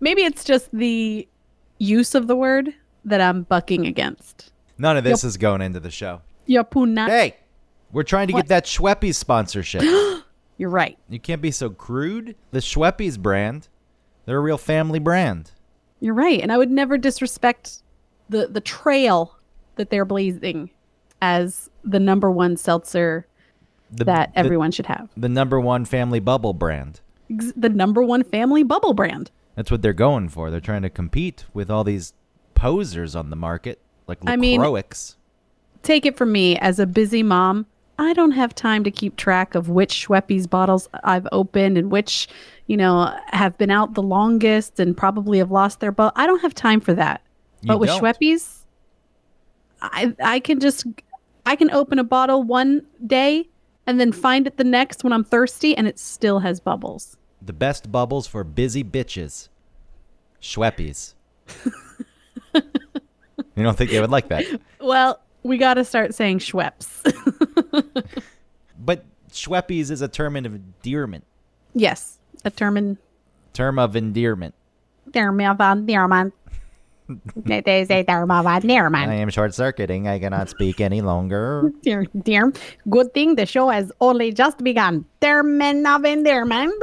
Maybe it's just the use of the word that I'm bucking against. None of this is going into the show. Yapuna. Hey, we're trying to What? get that Schweppes sponsorship. You're right. you can't be so crude. The Schweppes brand, they're a real family brand. You're right. And I would never disrespect the the trail that they're blazing as the number one seltzer The, that the- everyone should have. the number one family bubble brand. Ex- The number one family bubble brand. That's what they're going for. They're trying to compete with all these posers on the market, like I mean- LaCroix. Take it from me as a busy mom. I don't have time to keep track of which Schweppes bottles I've opened and which, you know, have been out the longest and probably have lost their bottle. I don't have time for that. You but with don't. Schweppes, I I can just I can open a bottle one day and then find it the next when I'm thirsty and it still has bubbles. The best bubbles for busy bitches. Schweppes. you don't think they would like that? Well, we got to start saying Schweppes. But Schweppes is a term of endearment. yes, a term in Term of endearment. term of endearment. They say term of I endearment. am short circuiting. I cannot speak any longer. Dear, dear. Good thing the show has only just begun. Term of endearment.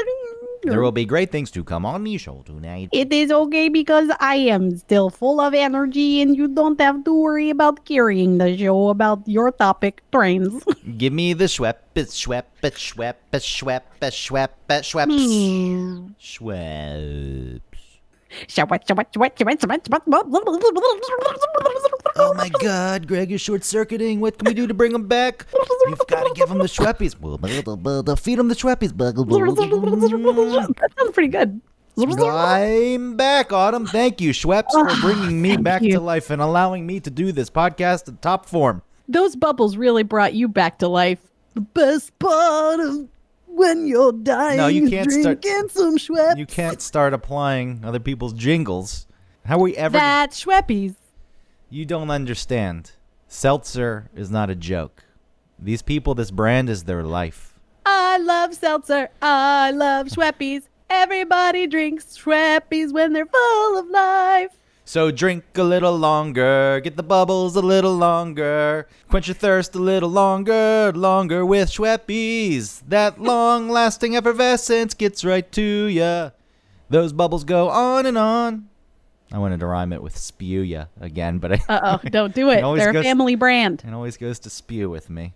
There will be great things to come on the show tonight. It is okay because I am still full of energy and you don't have to worry about carrying the show about your topic trains. Give me the Schweppes, Schweppes, Schweppes, Schweppes, Schweppes, Schweppes. Schweppes. Oh my God, Greg, you're short circuiting. What can we do to bring him back? You've got to give him the Schweppes. Feed him the Schweppes. that sounds pretty good. I'm back, Autumn. Thank you, Schweppes, for bringing me back you. to life and allowing me to do this podcast in top form. Those bubbles really brought you back to life. The best part of when you're dying No, you is can't start- drinking some Schweppes. You can't start applying other people's jingles. How are we ever? That's Schweppes. You don't understand. Seltzer is not a joke. These people, this brand is their life. I love seltzer. I love Schweppes. Everybody drinks Schweppes when they're full of life. So drink a little longer, get the bubbles a little longer, quench your thirst a little longer, longer with Schweppes. That long-lasting effervescence gets right to ya. Those bubbles go on and on. I wanted to rhyme it with spew ya again, but I, Uh oh, don't do it. It always They're a goes- family brand. it always goes to spew with me.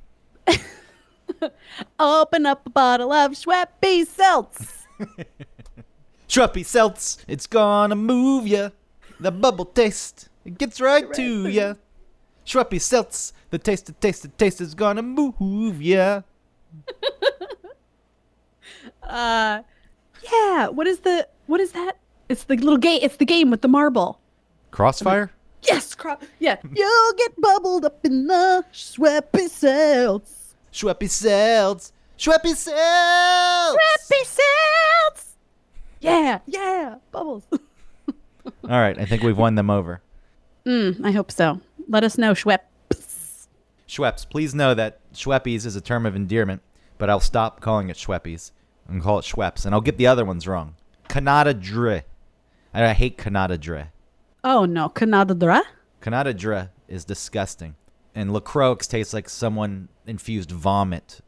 Open up a bottle of Schweppes seltz. Schweppy Seltz, it's gonna move ya. The bubble taste, it gets right to ya. Schweppy Seltz, the taste, the taste, the taste is gonna move ya. Uh, yeah. What is the what is that? It's the little game. It's the game with the marble. Crossfire? Yes, crop. Yeah, you'll get bubbled up in the Schweppes seltz. Schweppy Seltz, Schweppy Seltz! Schweppes seltz. Yeah, yeah, bubbles. All right, I think we've won them over. Mm, I hope so. Let us know, Schweppes. Schweppes, please know that Schweppes is a term of endearment, but I'll stop calling it Schweppes and call it Schweppes, and I'll get the other ones wrong. Kanada Dre. I I hate Kanada Dre. Oh no, Canadadra? Canada Dre is disgusting. And LaCroix tastes like someone infused vomit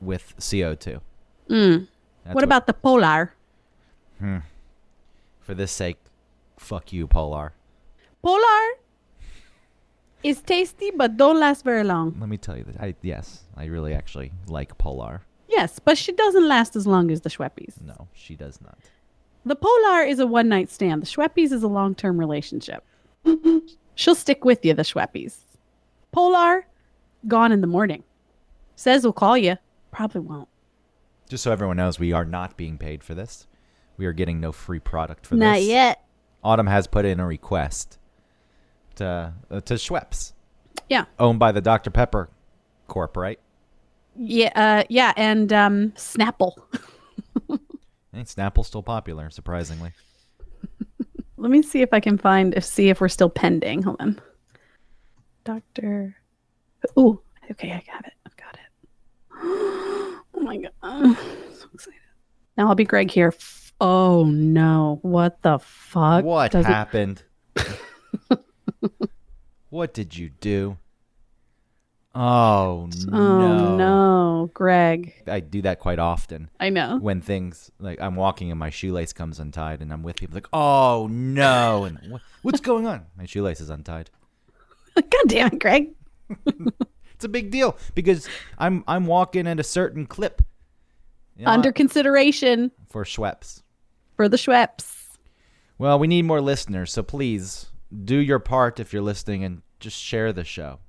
with CO2. That's Mm. What about the polar? For this sake, fuck you, Polar. Polar is tasty but don't last very long. Let me tell you that. I, yes, I really actually like Polar. Yes, but she doesn't last as long as the Schweppes. No, she does not. The polar is a one night stand. The Schweppes is a long term relationship. She'll stick with you, the Schweppes. Polar, gone in the morning. Says we'll call you. Probably won't. Just so everyone knows, we are not being paid for this. We are getting no free product for Not this. yet. Autumn has put in a request to, uh, to Schweppes, Yeah. owned by the Dr. Pepper Corp, right? Yeah, uh, yeah, and um, Snapple. And Snapple's still popular, surprisingly. Let me see if I can find if see if we're still pending. Hold on. Doctor. Ooh, okay, I got it. I've got it. Oh my god. I'm so excited. Now I'll be Greg here. F- Oh no! What the fuck? What Uh, Does it- happened? what did you do? Oh, Oh no. Greg! I do that quite often I know. when things like I'm walking and my shoelace comes untied and I'm with people like, "Oh no." And what, what's going on? My shoelace is untied. God damn it, Greg! It's a big deal because I'm I'm walking at a certain clip. You know, Under consideration for Schweppes. for the Schweppes. Well, we need more listeners, so please do your part if you're listening and just share the show.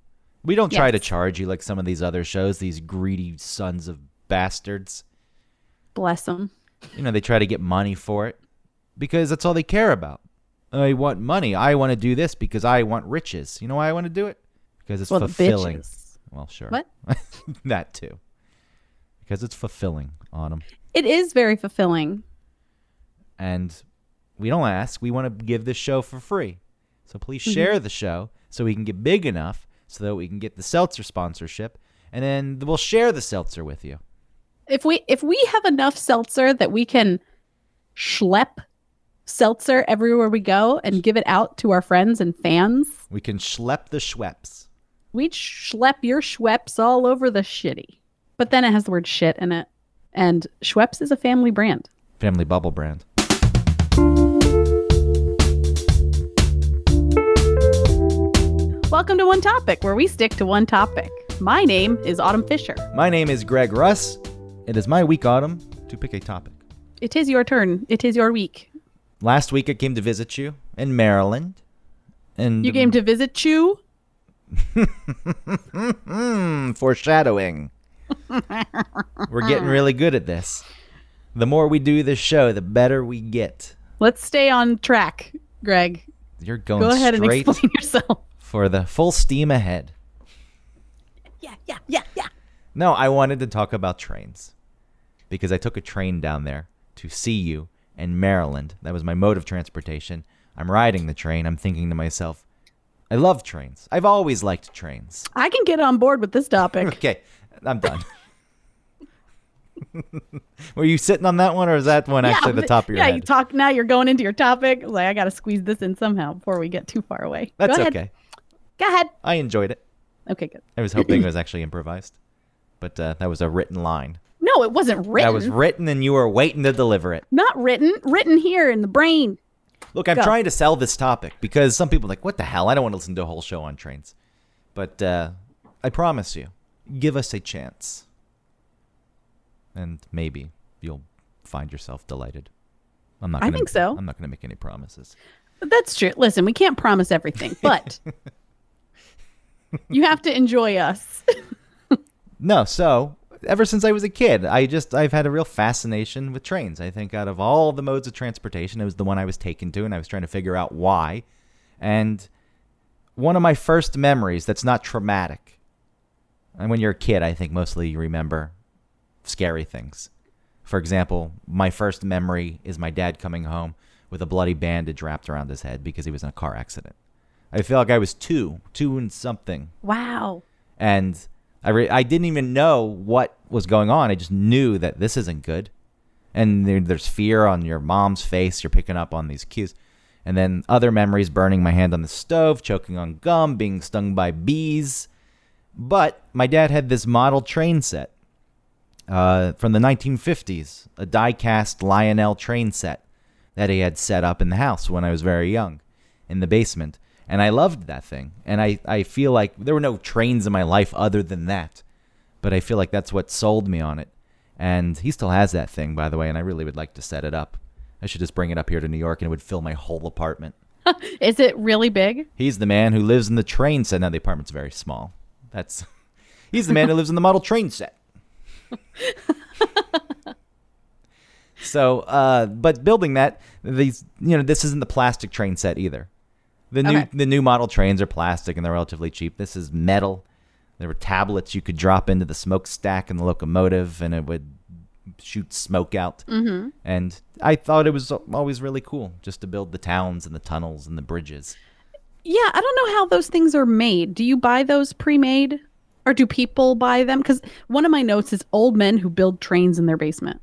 We don't try to charge you like some of these other shows, these greedy sons of bastards. Bless them. You know, they try to get money for it because that's all they care about. I want money. I want to do this because I want riches. You know why I want to do it? Because it's Well, the fulfilling. bitches. Well, sure. What? that too. Because it's fulfilling, Autumn. It is very fulfilling. and we don't ask. We want to give this show for free. So please Mm-hmm. share the show so we can get big enough so that we can get the seltzer sponsorship, and then we'll share the seltzer with you. If we if we have enough seltzer that we can schlep seltzer everywhere we go and give it out to our friends and fans, We can schlep the Schweppes. we'd schlep your Schweppes all over the shitty. But then it has the word shit in it, and Schweppes is a family brand. Family Bubble brand. Welcome to One Topic, where we stick to one topic. My name is Autumn Fisher. My name is Greg Russ. It is my week, Autumn, to pick a topic. It is your turn. It is your week. Last week I came to visit you in Maryland, and You Mm-hmm. came to visit you. Mm, foreshadowing. We're getting really good at this. The more we do this show, the better we get. Let's stay on track, Greg. You're going Go ahead and straight explain yourself. for the full steam ahead. Yeah, yeah, yeah, yeah. No, I wanted to talk about trains because I took a train down there to see you in Maryland. That was my mode of transportation. I'm riding the train. I'm thinking to myself, I love trains. I've always liked trains. I can get on board with this topic. Okay, I'm done. Were you sitting on that one, or is that one actually the but- top of your yeah, head? you talk now. You're going into your topic. Like I got to squeeze this in somehow before we get too far away. That's Go ahead. okay. Go ahead. I enjoyed it. Okay, good. I was hoping it was actually improvised, but uh, that was a written line. No, it wasn't written. That was written, and you were waiting to deliver it. Not written. Written here in the brain. Look, I'm Go. trying to sell this topic because some people are like, what the hell? I don't want to listen to a whole show on trains. But uh, I promise you, give us a chance. And maybe you'll find yourself delighted. I'm not I gonna, think so. I'm not going to make any promises. But that's true. Listen, we can't promise everything, but you have to enjoy us. No, so ever since I was a kid, I just I've had a real fascination with trains. I think out of all the modes of transportation, it was the one I was taken to, and I was trying to figure out why. And one of my first memories that's not traumatic. And when you're a kid, I think mostly you remember scary things. For example, my first memory is my dad coming home with a bloody bandage wrapped around his head because he was in a car accident. I feel like I was two, two and something Wow. and I re- I didn't even know what was going on. I just knew that this isn't good, and there, there's fear on your mom's face. You're picking up on these cues, and then other memories: burning my hand on the stove, choking on gum, being stung by bees. But my dad had this model train set uh, from the 1950s, a die-cast Lionel train set that he had set up in the house when I was very young, in the basement, and I loved that thing. And I, I feel like there were no trains in my life other than that, but I feel like that's what sold me on it. And he still has that thing, by the way, and I really would like to set it up. I should just bring it up here to New York, and it would fill my whole apartment. Is it really big? He's the man who lives in the train set. Now the apartment's very small. That's he's the man who lives in the model train set. so, uh, but building that, these you know, this isn't the plastic train set either. The new Okay. the new model trains are plastic and they're relatively cheap. This is metal. There were tablets you could drop into the smokestack in the locomotive, and it would shoot smoke out. Mm-hmm. And I thought it was always really cool just to build the towns and the tunnels and the bridges. Yeah, I don't know how those things are made. Do you buy those pre-made, or do people buy them? Because one of my notes is old men who build trains in their basement.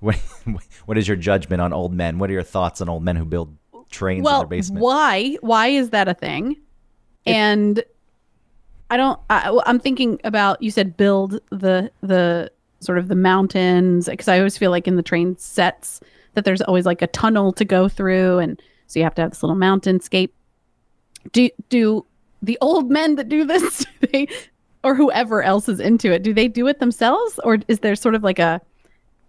What, what is your judgment on old men? What are your thoughts on old men who build trains in well, their basement? why? Why is that a thing? and I don't. I, I'm thinking about you said build the the sort of the mountains because I always feel like in the train sets that there's always like a tunnel to go through, and so you have to have this little mountainscape. Do do the old men that do this, do they, or whoever else is into it, do they do it themselves, or is there sort of like a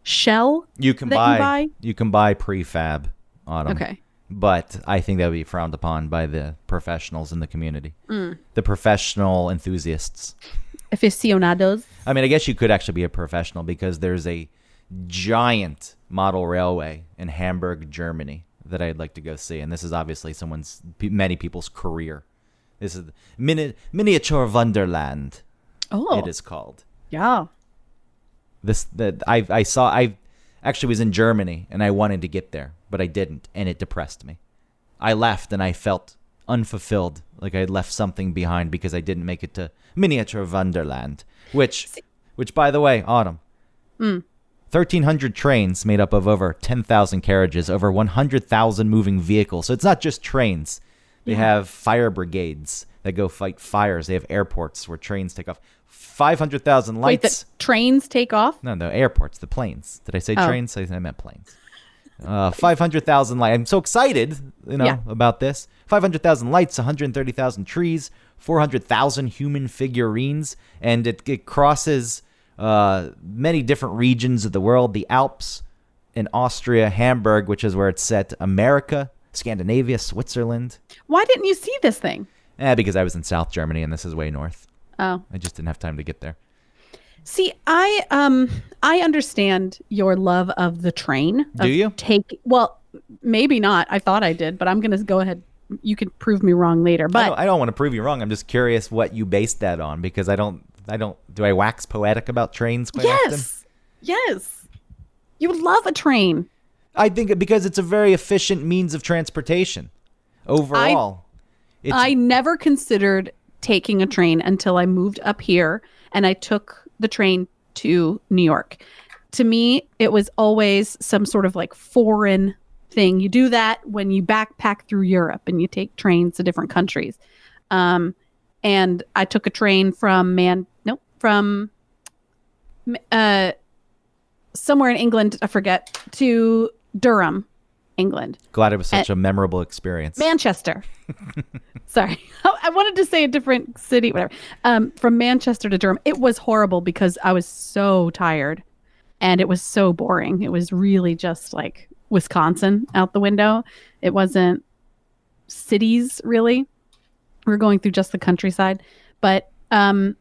shell? you can that you buy, you buy? can buy prefab on 'em. Okay. but I think that would be frowned upon by the professionals in the community, Mm. the professional enthusiasts. Aficionados. I mean, I guess you could actually be a professional because there's a giant model railway in Hamburg, Germany that I'd like to go see. And this is obviously someone's, pe- many people's career. This is mini, miniature Wonderland. Oh, It is called yeah. this. The, I I saw I actually was in Germany and I wanted to get there, but I didn't, and it depressed me. I left and I felt unfulfilled, like I had left something behind because I didn't make it to miniature Wonderland, which, which by the way, autumn. Mm. 1,300 trains made up of over 10,000 carriages, over 100,000 moving vehicles. So it's not just trains. They have fire brigades that go fight fires. They have airports where trains take off. 500,000 Wait, lights. the trains take off. No, no, airports, the planes. Did I say Oh. trains? I, I meant planes. Uh, 500,000 lights. I'm so excited, you know, Yeah. about this. 500,000 lights, 130,000 trees, 400,000 human figurines, and it, it crosses uh, many different regions of the world. The Alps in Austria, Hamburg, which is where it's set, America, Scandinavia, Switzerland. Why didn't you see this thing? Eh, because I was in South Germany and this is way north. Oh, I just didn't have time to get there. see, I um, I understand your love of the train. Do of you? take? Well, maybe not. I thought I did, but I'm gonna go ahead. You can prove me wrong later. I But don't, I don't want to prove you wrong. I'm just curious what you based that on because I don't. I don't. Do I wax poetic about trains quite often? yes, yes, you love a train. I think it- because it's a very efficient means of transportation. Overall, it's I never considered taking a train until I moved up here and I took the train to New York. To me, it was always some sort of like foreign thing. You do that when you backpack through Europe and you take trains to different countries. Um, and I took a train from Man, nope, from uh, somewhere in England, I forget, to Durham, England. glad it was Uh, such a memorable experience. Manchester. Sorry, I I wanted to say a different city, whatever. Um, from Manchester to Durham, it was horrible because I was so tired, and it was so boring. It was really just like Wisconsin out the window. It wasn't cities really. We were going through just the countryside, but um,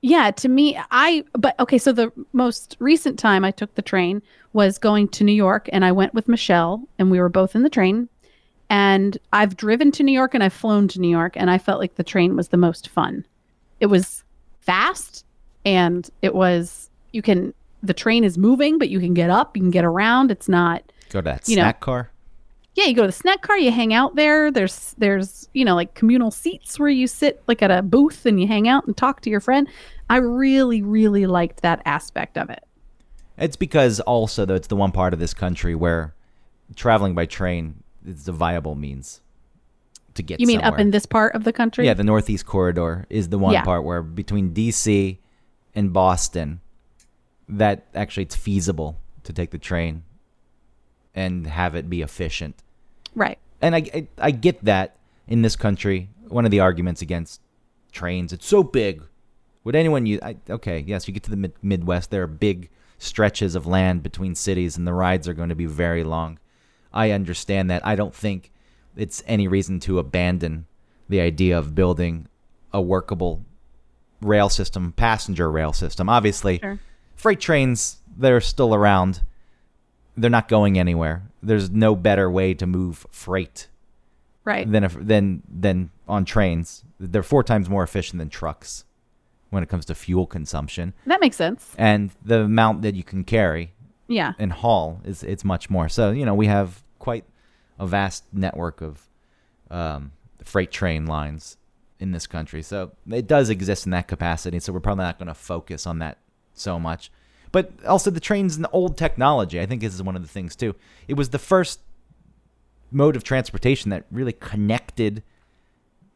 yeah, to me, I but okay. So the most recent time I took the train was going to New York, and I went with Michelle, and we were both in the train and I've driven to New York and I've flown to New York and I felt like the train was the most fun. It was fast and it was you can the train is moving but you can get up, you can get around. It's not Go to that you know. snack car. yeah, you go to the snack car, you hang out there. There's there's you know like communal seats where you sit like at a booth and you hang out and talk to your friend. I really really liked that aspect of it. It's because also though it's the one part of this country where traveling by train is a viable means to get. You mean up somewhere. in this part of the country? Yeah, the Northeast Corridor is the one Yeah. part where between DC and Boston, that actually it's feasible to take the train and have it be efficient. right. And I, I, I get that in this country. One of the arguments against trains, it's so big. Would anyone use? I, okay, yes, you get to the mid- Midwest, there are big stretches of land between cities, and the rides are going to be very long. I understand that. I don't think it's any reason to abandon the idea of building a workable rail system, passenger rail system. Obviously, Sure. freight trains they're still around. They're not going anywhere. There's no better way to move freight Right. than if, than than on trains. They're four times more efficient than trucks when it comes to fuel consumption, that makes sense. and the amount that you can carry Yeah. and haul is it's much more. So you know we have quite a vast network of um, freight train lines in this country. So it does exist in that capacity. So we're probably not going to focus on that so much. But also the trains and the old technology, I think this is one of the things too. It was the first mode of transportation that really connected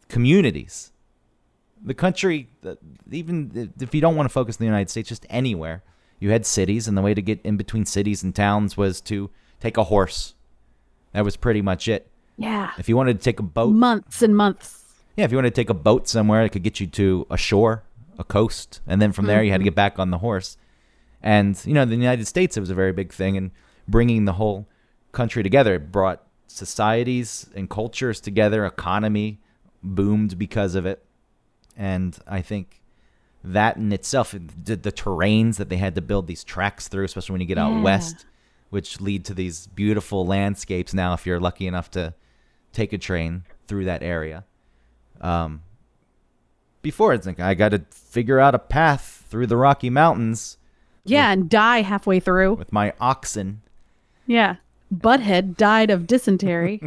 communities. The country, the- even if you don't want to focus on the United States, just anywhere, you had cities, and the way to get in between cities and towns was to take a horse. That was pretty much it. Yeah. If you wanted to take a boat, Months and months. yeah, if you wanted to take a boat somewhere, it could get you to a shore, a coast, and then from there you had to get back on the horse. And you know, in the United States, it was a very big thing, and bringing the whole country together it brought societies and cultures together. Economy boomed because of it, and I think that in itself, the, the terrains that they had to build these tracks through, especially when you get out Yeah. west, which lead to these beautiful landscapes. Now, if you're lucky enough to take a train through that area um, before it's like I got to figure out a path through the Rocky Mountains Yeah, and die halfway through. with my oxen, Yeah. Butthead died of dysentery.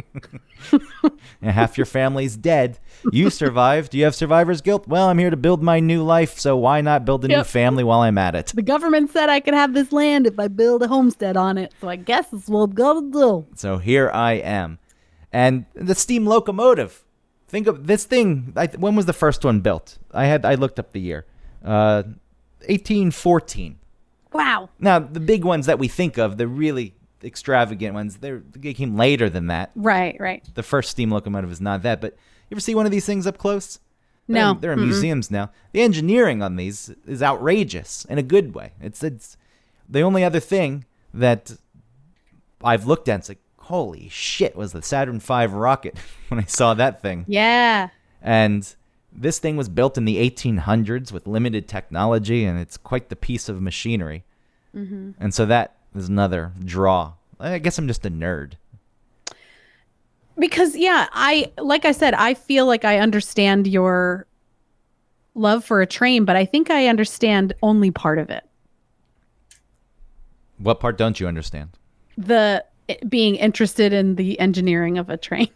and half your family's dead. You survived. Do you have survivor's guilt? Well, I'm here to build my new life, so why not build a new Yep. family while I'm at it? the government said I could have this land if I build a homestead on it. So I guess it's what I'm gonna do. So here I am, and the steam locomotive. Think of this thing. I, when was the first one built? I had I looked up the year, uh, 1814. Wow. Now the big ones that we think of, the really extravagant ones, they're, they came later than that. Right, right. the first steam locomotive is not that, but you ever see one of these things up close? They're No. in- they're in museums now. The engineering on these is outrageous in a good way. It's it's the only other thing that I've looked at. It's like holy shit was the Saturn V rocket when I saw that thing. Yeah. And this thing was built in the 1800s with limited technology, and it's quite the piece of machinery. Mm-hmm. And so that is another draw. I guess I'm just a nerd. because yeah i like i said i feel like i understand your love for a train but i think i understand only part of it What part don't you understand? the it being interested in the engineering of a train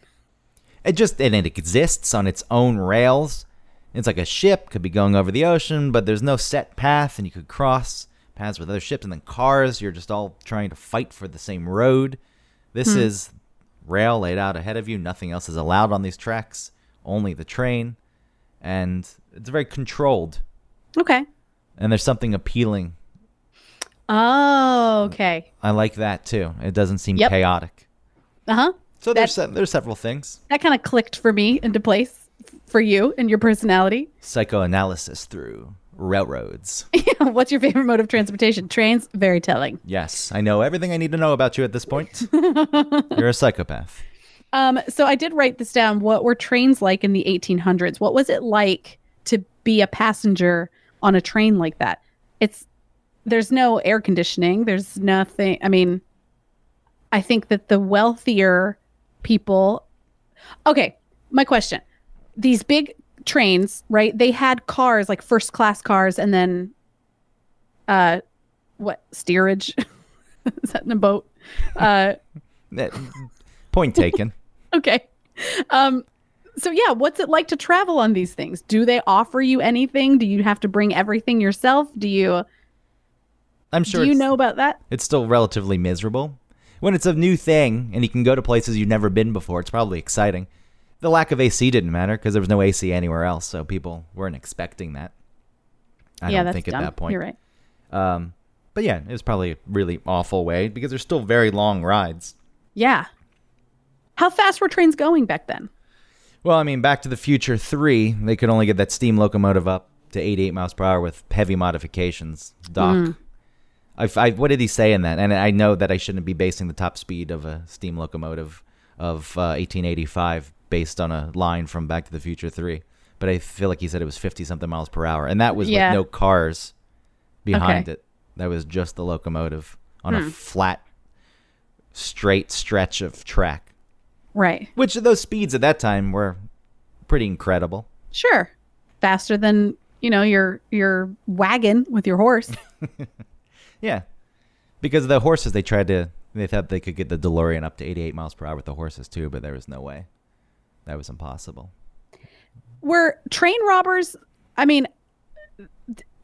It just and it exists on its own rails. It's like a ship could be going over the ocean, but there's no set path, and you could cross paths with other ships and then cars. You're just all trying to fight for the same road. This is rail laid out ahead of you. Nothing else is allowed on these tracks. Only the train, and it's very controlled. okay And there's something appealing. oh okay I like that too. It doesn't seem Yep. chaotic. uh-huh So there's se- there's several things. that kind of clicked for me into place for you and your personality Psychoanalysis through railroads. what's your favorite mode of transportation trains very telling Yes, I know everything I need to know about you at this point. You're a psychopath. um so i did write this down what were trains like in the 1800s what was it like to be a passenger on a train like that it's there's no air conditioning there's nothing i mean i think that the wealthier people okay my question these big trains right they had cars like first class cars and then uh what steerage is that in a boat uh Eh, Point taken. okay. Um, so yeah, what's it like to travel on these things? Do they offer you anything? Do you have to bring everything yourself? Do you I'm sure do you it's, know about that? it's still relatively miserable. When it's a new thing and you can go to places you've never been before, it's probably exciting. The lack of AC didn't matter because there was no AC anywhere else, so people weren't expecting that. I yeah, don't that's think dumb. at that point. You're right. Um, but yeah, it was probably a really awful way because they're still very long rides. Yeah. How fast were trains going back then? Well, I mean, Back to the Future 3, they could only get that steam locomotive up to 88 miles per hour with heavy modifications. Doc. Mm-hmm. I, I, what did he say in that? And I know that I shouldn't be basing the top speed of a steam locomotive of uh, 1885 based on a line from Back to the Future 3, but I feel like he said it was 50 something miles per hour. And that was Yeah. with no cars behind Okay. Hmm. it. That was just the locomotive on a flat, straight stretch of track, Right. which those speeds at that time were pretty incredible. Sure. Faster than, you know, your your wagon with your horse. Yeah, because the horses they tried to they thought they could get the DeLorean up to 88 miles per hour with the horses too, but there was no way. That was impossible. were train robbers I mean th-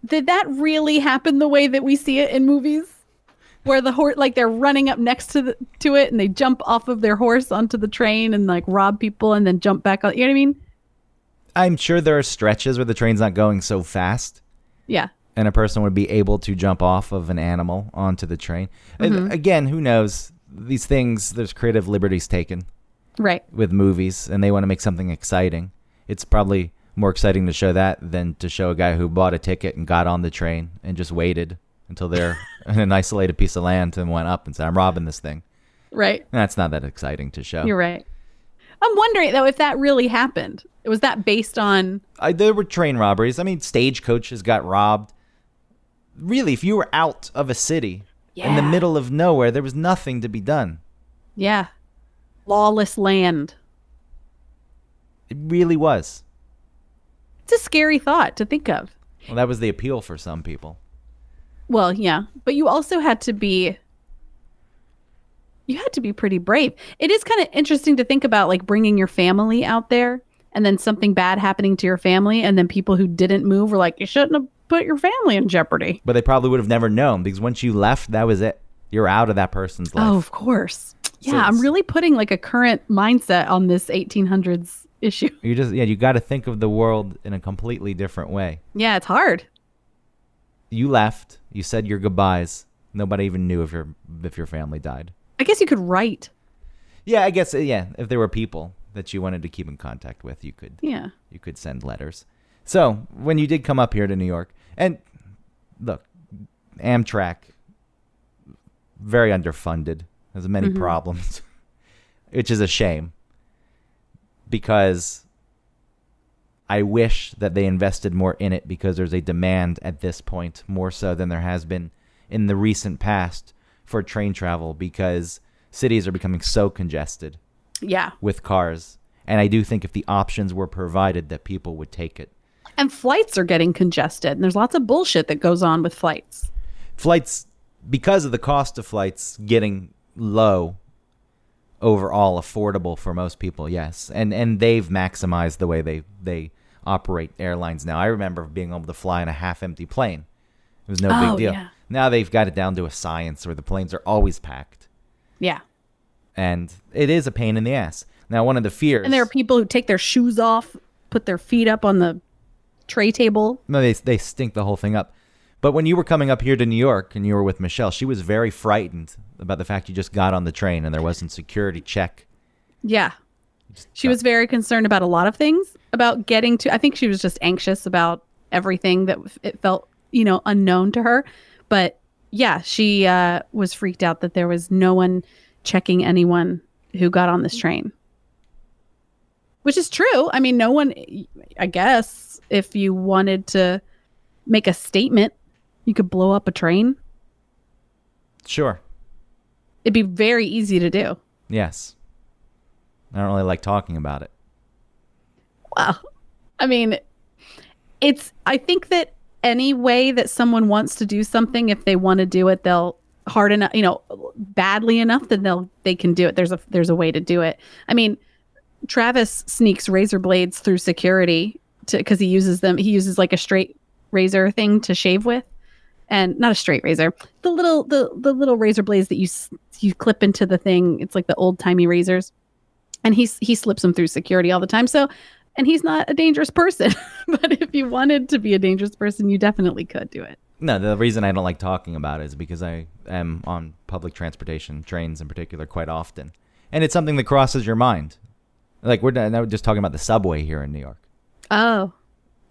did that really happen the way that we see it in movies? Where the horse, like they're running up next to the, to it, and they jump off of their horse onto the train and like rob people, and then jump back on. You know what I mean? I'm sure there are stretches where the train's not going so fast, Yeah. and a person would be able to jump off of an animal onto the train. And Again, who knows? These things, there's creative liberties taken Right. with movies, and they want to make something exciting. It's probably more exciting to show that than to show a guy who bought a ticket and got on the train and just waited until they're in an isolated piece of land and went up and said, "I'm robbing this thing." Right. That's not that exciting to show. You're right. I'm wondering though if that really happened. Was that based on I, there were train robberies. I mean, stagecoaches got robbed. Really, if you were out of a city in the Yeah. middle of nowhere, there was nothing to be done. yeah, lawless land? It really was. It's a scary thought to think of. Well, that was the appeal for some people. Well, yeah, but you also had to be you had to be pretty brave. It is kind of interesting to think about like bringing your family out there and then something bad happening to your family and then people who didn't move were like you shouldn't have put your family in jeopardy. But they probably would have never known because once you left, that was it. You're out of that person's life. Oh, of course. Yeah, I'm it's- really putting like a current mindset on this 1800s issue. You just yeah, you got to think of the world in a completely different way. Yeah, it's hard. You left. You said your goodbyes. Nobody even knew if your if your family died. I guess you could write. Yeah, I guess uh, yeah. If there were people that you wanted to keep in contact with, you could Yeah. you could send letters. So when you did come up here to New York, and look, Amtrak, very underfunded, has many problems, which is a shame because I wish that they invested more in it because there's a demand at this point more so than there has been in the recent past for train travel because cities are becoming so congested Yeah. with cars. And I do think if the options were provided, that people would take it. And flights are getting congested, and there's lots of bullshit that goes on with flights. Flights, because of the cost of flights getting low, overall affordable for most people, yes. And and they've maximized the way they they operate airlines now. I remember being able to fly in a half-empty plane. It was no Oh, big deal. yeah. Now they've got it down to a science where the planes are always packed, Yeah. and it is a pain in the ass. Now, one of the fears And there are people who take their shoes off, put their feet up on the tray table. No, they they stink the whole thing up. But when you were coming up here to New York and you were with Michelle, she was very frightened about the fact you just got on the train and there wasn't security check. Yeah. She was very concerned about a lot of things, about getting to, I think she was just anxious about everything that f- it felt, you know, unknown to her. But yeah, she uh, was freaked out that there was no one checking anyone who got on this train, which is true. I mean, no one, I guess, if you wanted to make a statement, you could blow up a train. Sure. It'd be very easy to do. Yes. I don't really like talking about it. Well, I mean, it's, I think that any way that someone wants to do something, if they want to do it, they'll hard enough, you know, badly enough, then they'll, they can do it. There's a, there's a way to do it. I mean, Travis sneaks razor blades through security to, cause he uses them. He uses like a straight razor thing to shave with and not a straight razor, the little, the, the little razor blades that you, s- you clip into the thing. It's like the old timey razors and he's he slips them through security all the time so and he's not a dangerous person but if you wanted to be a dangerous person you definitely could do it No, the reason I don't like talking about it is because I am on public transportation, trains in particular, quite often. And it's something that crosses your mind. Like we're not- now just talking about the subway here in New York. oh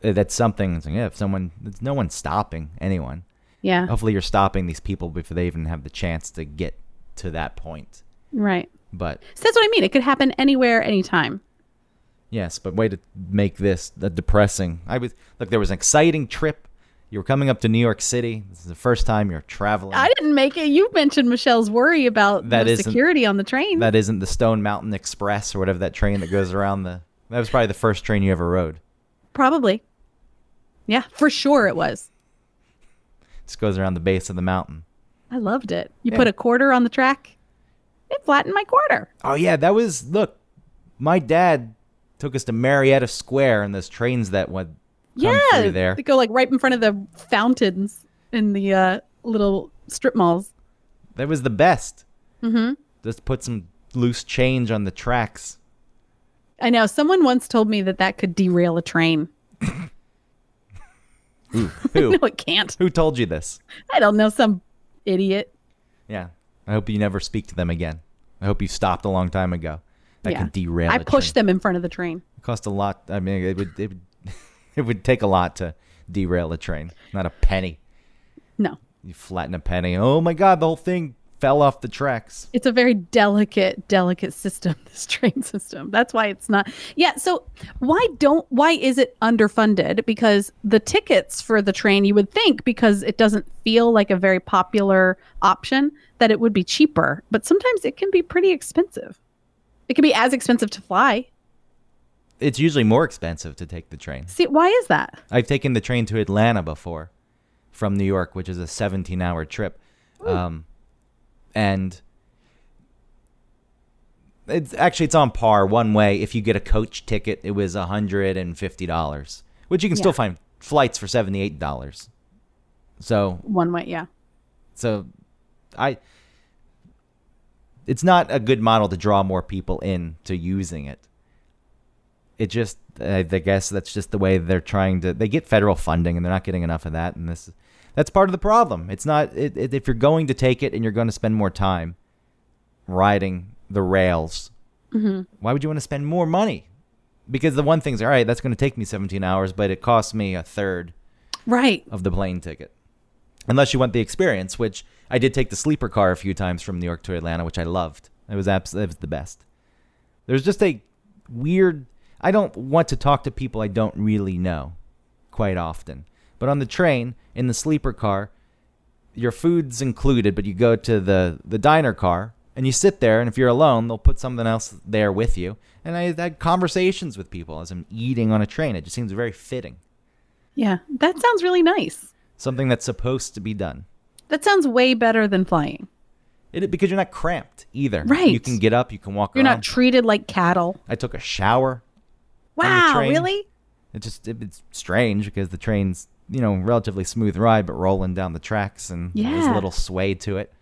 Uh, That's something. it's like, yeah, if someone, there's no one stopping anyone. yeah hopefully you're stopping these people before they even have the chance to get to that point right but so that's what i mean it could happen anywhere anytime yes but way to make this the depressing i was look there was an exciting trip you were coming up to new york city this is the first time you're traveling i didn't make it you mentioned michelle's worry about That no isn't- security on the train that isn't the stone mountain express or whatever that train that goes around the that was probably the first train you ever rode probably yeah for sure it was just goes around the base of the mountain i loved it you Yeah. put a quarter on the track it flattened my quarter Oh yeah, that was look. My dad took us to Marietta Square in those trains that went come yeah, through there. They go like right in front of the fountains in the uh, little strip malls. That was the best. Mm-hmm. Just put some loose change on the tracks. I know someone once told me that that could derail a train. Ooh, who? No, it can't. who told you this? I don't know some idiot. Yeah. I hope you never speak to them again. I hope you stopped a long time ago. That yeah, could derail. I a pushed train. them in front of the train. It cost a lot. I mean, it would it would, it would take a lot to derail a train. Not a penny. No, You flatten a penny. Oh my God! The whole thing fell off the tracks. it's a very delicate delicate system this train system that's why it's not yeah so why don't why is it underfunded because the tickets for the train you would think because it doesn't feel like a very popular option that it would be cheaper but sometimes it can be pretty expensive it can be as expensive to fly It's usually more expensive to take the train. see why is that I've taken the train to Atlanta before from New York, which is a 17 hour trip. Um, and it's actually it's on par one way. If you get a coach ticket, it was $150, which you can still Yeah. find flights for $78. So one way yeah so I it's not a good model to draw more people in to using it. It just I I guess that's just the way they're trying to they get federal funding and they're not getting enough of that and this that's part of the problem. It's not it, it, if you're going to take it and you're going to spend more time riding the rails. Why would you want to spend more money? Because the one thing's all right, that's going to take me 17 hours, but it costs me a third right of the plane ticket. Unless you want the experience, which I did take the sleeper car a few times from New York to Atlanta, which I loved. It was abs- it was the best. There's just a weird I don't want to talk to people I don't really know quite often. But on the train, in the sleeper car, your food's included, but you go to the, the diner car and you sit there and if you're alone, they'll put something else there with you. And I had conversations with people as I'm eating on a train. It just seems very fitting. yeah that sounds really nice Something that's supposed to be done. that sounds way better than flying It, because you're not cramped either. You Right. can get up, you can walk you're around. not treated like cattle I took a shower. wow train. really It just it, it's strange because the train's, you know, relatively smooth ride but rolling down the tracks and there's a Yeah. little sway to it.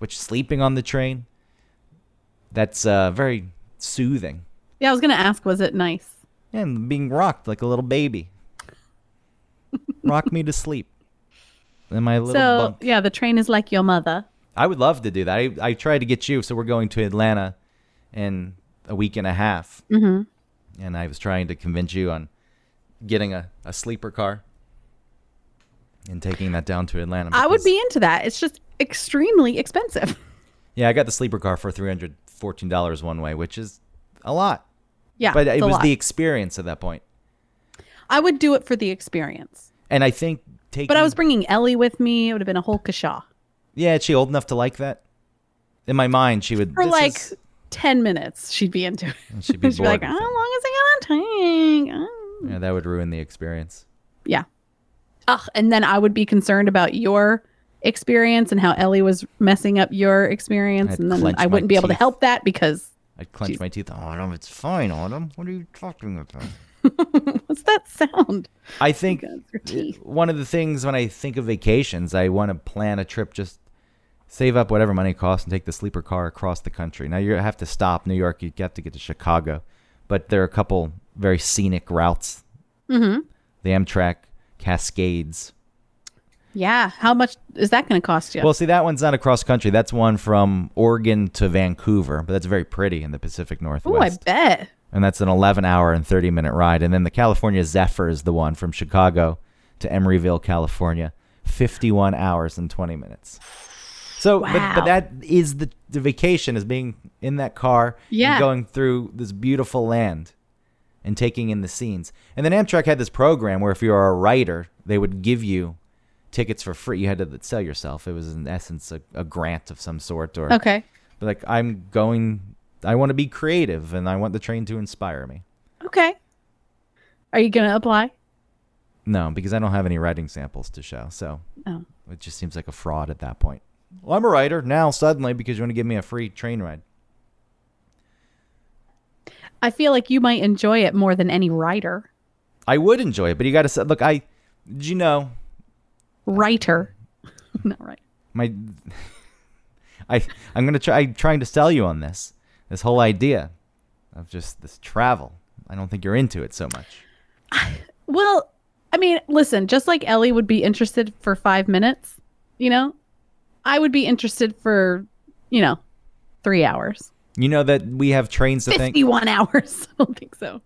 Which sleeping on the train that's uh very soothing. yeah i was gonna ask was it nice And being rocked like a little baby. Rock me to sleep. In my little so bunk. yeah the train is like your mother I would love to do that. I, I tried to get you, so we're going to Atlanta in a week and a half. Mm-hmm. And I was trying to convince you on getting a, a sleeper car and taking that down to Atlanta. I would because- be into that. It's just extremely expensive. Yeah, I got the sleeper car for $314 one way, which is a lot. Yeah, But it's it a was lot. the experience at that point. I would do it for the experience. And I think taking. But I was bringing Ellie with me. It would have been a whole kashaw Yeah, is she old enough to like that? In my mind, she would. for this like is- ten minutes. She'd be into it. she'd be bored. like, with "How it. long is it gonna take?" Oh. yeah, that would ruin the experience. Yeah. Ugh. And then I would be concerned about your experience and how Ellie was messing up your experience, I'd and then clench I my wouldn't be able to teeth. help that because I'd clench Jeez. my teeth. Autumn, it's fine, Autumn. What are you talking about? what's that sound? I think Because your teeth. one of the things when I think of vacations, I want to plan a trip, just save up whatever money it costs and take the sleeper car across the country. Now you have to stop New York, you have to get to Chicago, but there are a couple very scenic routes. Mm-hmm. The Amtrak, Cascades. Yeah. How much is that gonna cost you? Well, see, that one's not across country. That's one from Oregon to Vancouver, but that's very pretty in the Pacific oh, I Northwest. bet. and that's an 11 hour and 30 minute ride. And then the California Zephyr is the one from Chicago to Emeryville, California, 51 hours and 20 minutes. So, but, but Wow. that is the, the vacation is being in that car Yeah. and going through this beautiful land and taking in the scenes. And then Amtrak had this program where if you were a writer, they would give you tickets for free. You had to sell yourself. It was in essence a, a grant of some sort or Okay. like I'm going I want to be creative and I want the train to inspire me. Okay. Are you gonna apply? No, because I don't have any writing samples to show. So Oh. it just seems like a fraud at that point. Well, I'm a writer now suddenly because you want to give me a free train ride. I feel like you might enjoy it more than any writer. I would enjoy it, but you got to say, look, I, do you know, Writer. Not right. my, I, I'm gonna try I'm trying to sell you on this, this whole idea, of just this travel. I don't think you're into it so much. Well, I mean, listen, just like Ellie would be interested for five minutes, you know, I would be interested for, you know, three hours. You know that we have trains to think, 51 hours. I don't think so.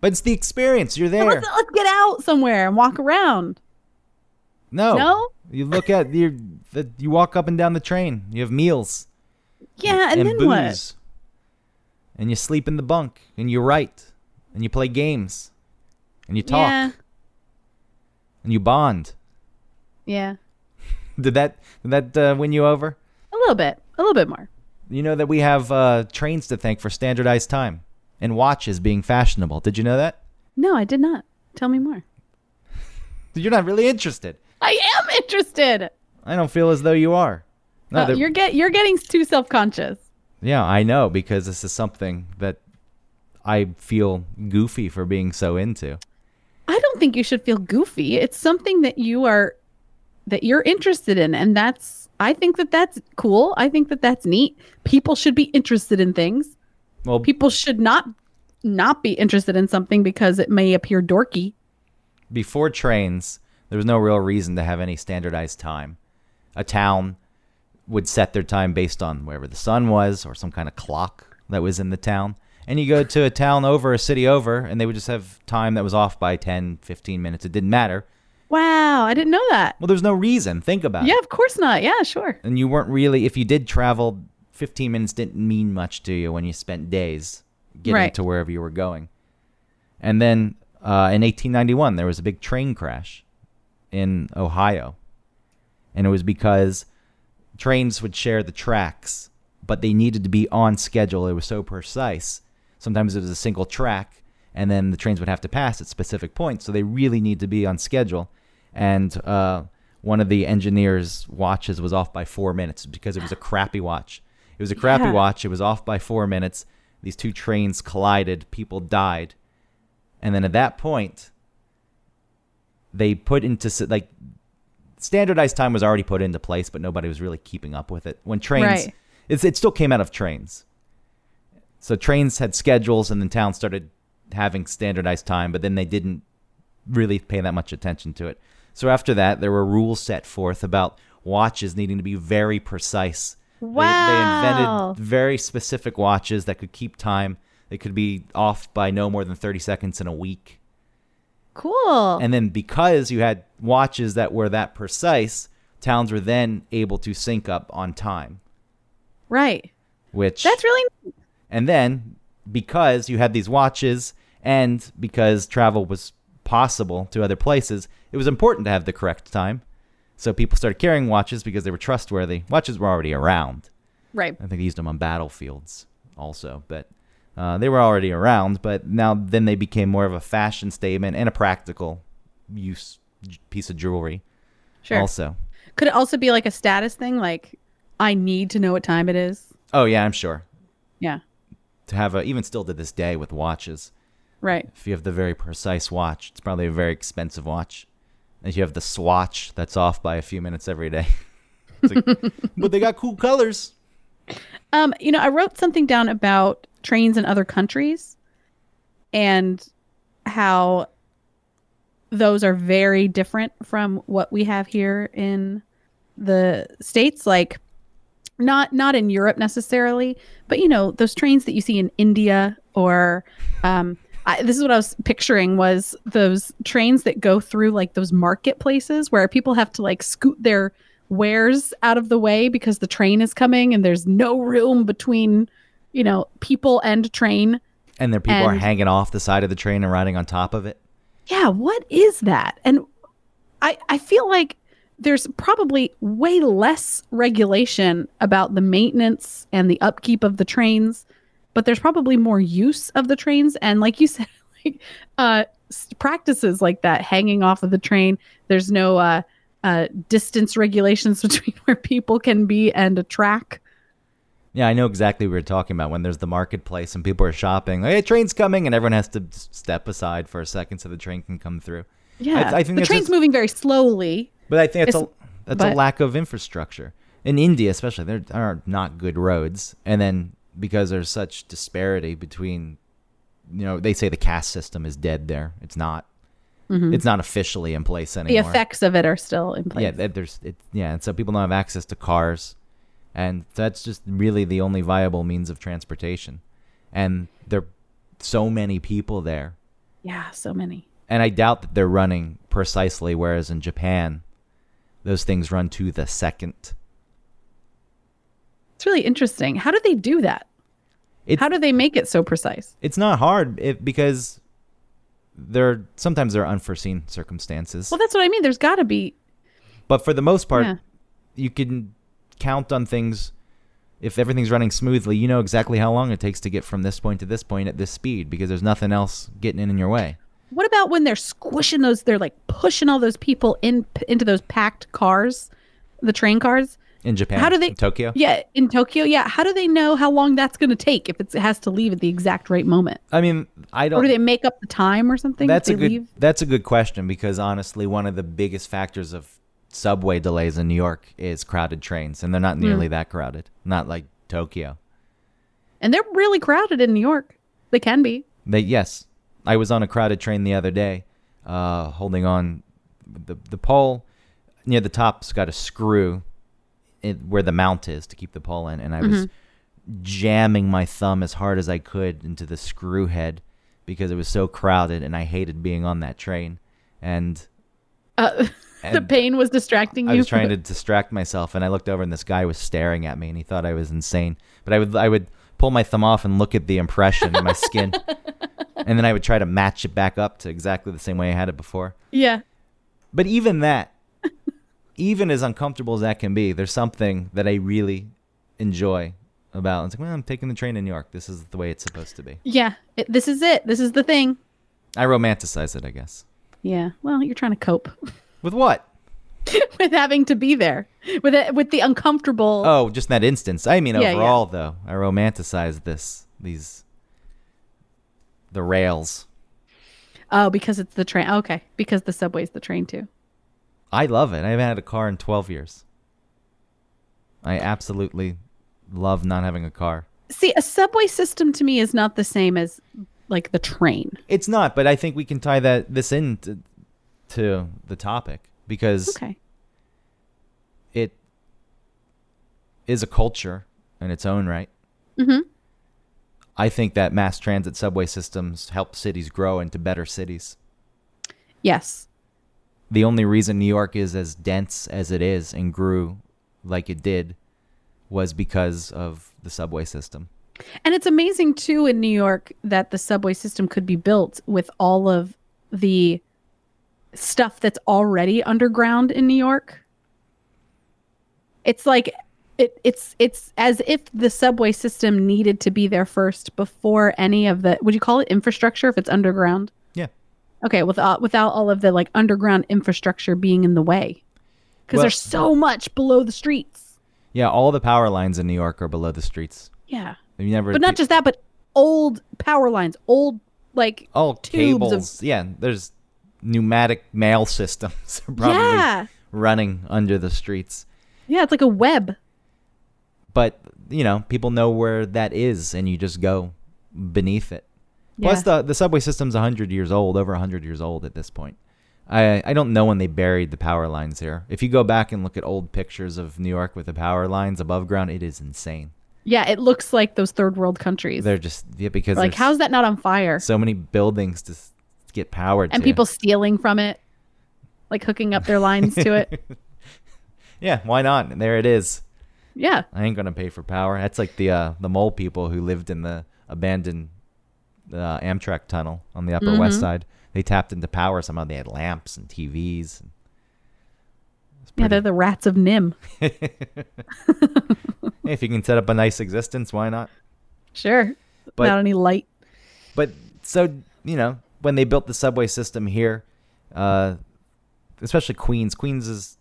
but it's the experience. You're there. Let's, let's get out somewhere and walk around. No, No? You look at you. The, you walk up and down the train. You have meals Yeah, and, then booze, what? and you sleep in the bunk, and you write, and you play games, and you talk, Yeah. and you bond. Yeah. Did that did that uh, win you over? A little bit. A little bit more. You know that we have uh, trains to thank for standardized time and watches being fashionable. Did you know that? No, I did not. Tell me more. You're not really interested. I am interested. I don't feel as though you are. No, Oh, there- you're get you're getting too self conscious. yeah, I know because this is something that I feel goofy for being so into. I don't think you should feel goofy. It's something that you are that you're interested in and that's I think that that's cool. I think that that's neat. People should be interested in things. Well, People should not not be interested in something because it may appear dorky. before trains, there was no real reason to have any standardized time. A town would set their time based on wherever the sun was or some kind of clock that was in the town. And you go to a town over, a city over, and they would just have time that was off by 10, 15 minutes. It didn't matter. Wow, I didn't know that. Well, there's no reason. Think about Yeah, it. of course not. Yeah, sure. And you weren't really, if you did travel, 15 minutes didn't mean much to you when you spent days getting Right. to wherever you were going. And then uh, in 1891, there was a big train crash in Ohio. And it was because trains would share the tracks, but they needed to be on schedule. It was so precise. Sometimes it was a single track, and then the trains would have to pass at specific points. So they really need to be on schedule. And uh, one of the engineers' watches was off by four minutes because it was a crappy watch. It was a crappy Yeah. watch. It was off by four minutes. These two trains collided. People died. And then at that point, they put into s- like standardized time was already put into place, but nobody was really keeping up with it. When trains, Right. it's, it still came out of trains. So trains had schedules, and then towns started having standardized time, but then they didn't really pay that much attention to it. So after that, there were rules set forth about watches needing to be very precise. They- They, Wow. invented very specific watches that could keep time. They could be off by no more than 30 seconds in a week. Cool. And then because you had watches that were that precise, towns were then able to sync up on time, right. which That's really and then because you had these watches and because travel was possible to other places, it was important to have the correct time. So people started carrying watches because they were trustworthy. Watches were already around. right. I think they used them on battlefields also, but uh, they were already around. But now then they became more of a fashion statement and a practical use j- piece of jewelry. Sure. Also, Could it also be like a status thing like I need to know what time it is? oh yeah, I'm sure Yeah. to have a even still to this day with watches. Right. If you have the very precise watch, it's probably a very expensive watch. And if you have the swatch that's off by a few minutes every day. It's like, but they got cool colors. Um, you know, I wrote something down about trains in other countries and how those are very different from what we have here in the states like not not in Europe necessarily, but you know, those trains that you see in India or um I, this is what I was picturing was those trains that go through like those marketplaces where people have to like scoot their wares out of the way because the train is coming and there's no room between, you know, people and train. And their people are And- hanging off the side of the train and riding on top of it. Yeah, what is that? And I I feel like there's probably way less regulation about the maintenance and the upkeep of the trains, but there's probably more use of the trains and like you said, like uh s- practices like that hanging off of the train. There's no uh uh distance regulations between where people can be and a track. Yeah, I know exactly what we are talking about when there's the marketplace and people are shopping. Hey, train's coming, and everyone has to s- step aside for a second so the train can come through. Yeah, I, I think the that's train's just- moving very slowly. But I think that's a It's- that's a but- lack of infrastructure in India, especially. There are not good roads, and then because there's such disparity between, you know, they say the caste system is dead there. It's not. It's not officially in place Mm-hmm. The anymore. effects of it are still in place. Yeah, that there's it, yeah, and so people don't have access to cars, and that's just really the only viable means of transportation, and there are so many people there yeah, so many. and I doubt that they're running precisely. Whereas in Japan, those things run to the second. It's really interesting. How do they do that? It's How do they make it so precise? it's not hard if, because there sometimes there are unforeseen circumstances. Well, that's what I mean. There's got to be. but for the most part, Yeah. you can count on things. If everything's running smoothly, you know exactly how long it takes to get from this point to this point at this speed because there's nothing else getting in, in your way. What about when they're squishing those? They're like pushing all those people in into those packed cars, the train cars. In Japan, How do they- in Tokyo? Yeah, in Tokyo. Yeah, how do they know how long that's going to take if it's, it has to leave at the exact right moment? I mean, I don't. Or do they make up the time or something? if That's a they good. leave? That's a good question because honestly, one of the biggest factors of subway delays in New York is crowded trains, and they're Hmm. not nearly that crowded. Not like Tokyo. And they're really crowded in New York. They can be. They yes, I was on a crowded train the other day, uh, holding on the the pole near the top's got a screw it, where the mount is to keep the pole in, and I was Mm-hmm. jamming my thumb as hard as I could into the screw head because it was so crowded, and I hated being on that train, and. Uh, the and- pain was distracting you. I was trying to distract myself, and I looked over, and this guy was staring at me, and he thought I was insane. But I would I would pull my thumb off and look at the impression in my skin, and then I would try to match it back up to exactly the same way I had it before. Yeah. But even that, even as uncomfortable as that can be, there's something that I really enjoy about. It's like, well, I'm taking the train in New York. This is the way it's supposed to be. Yeah. It, this is it. This is the thing. I romanticize it, I guess. Yeah. Well, you're trying to cope With what? with having to be there with it, with the uncomfortable. Oh, just in that instance. I mean, Yeah, yeah. overall, though, I romanticize this, these, the rails. Oh, because it's the train. Okay. Because the subway's the train too. I love it. I haven't had a car in 12 years. I absolutely love not having a car. See, a subway system to me is not the same as like the train. It's not, but I think we can tie that this in to, to the topic because Okay. it is a culture in its own right. Mhm. I think that mass transit subway systems help cities grow into better cities. Yes. the only reason New York is as dense as it is and grew like it did was because of the subway system. And it's amazing too in New York that the subway system could be built with all of the stuff that's already underground in New York. It's like it, it's it's as if the subway system needed to be there first before any of the would you call it infrastructure if it's underground? Yeah. Okay, without without all of the like underground infrastructure being in the way. Cuz Well- there's so much below the streets. Yeah, all the power lines in New York are below the streets. Yeah. You never But not just that, but old power lines, old like all tubes of- oh, cables. Yeah, there's pneumatic mail systems are probably yeah, running under the streets. yeah, it's like a web. But, you know, people know where that is and you just go beneath it. Plus, the the subway system's hundred years old, over hundred years old at this point. I I don't know when they buried the power lines here. If you go back and look at old pictures of New York with the power lines above ground, it is insane. yeah, it looks like those third world countries. They're just yeah, because like, there's how's that not on fire? so many buildings to s- get powered and to. people stealing from it, like hooking up their lines to it. yeah, why not? And there it is. Yeah, I ain't gonna pay for power. That's like the uh, the mole people who lived in the abandoned uh, Amtrak tunnel on the Upper Mm-hmm. West Side. They tapped into power somehow. They had lamps and TVs. And It's yeah, they're the rats of Nim. Hey, if you can set up a nice existence, why not? Sure, But- not any light. But so you know, when they built the subway system here, uh, especially Queens, Queens is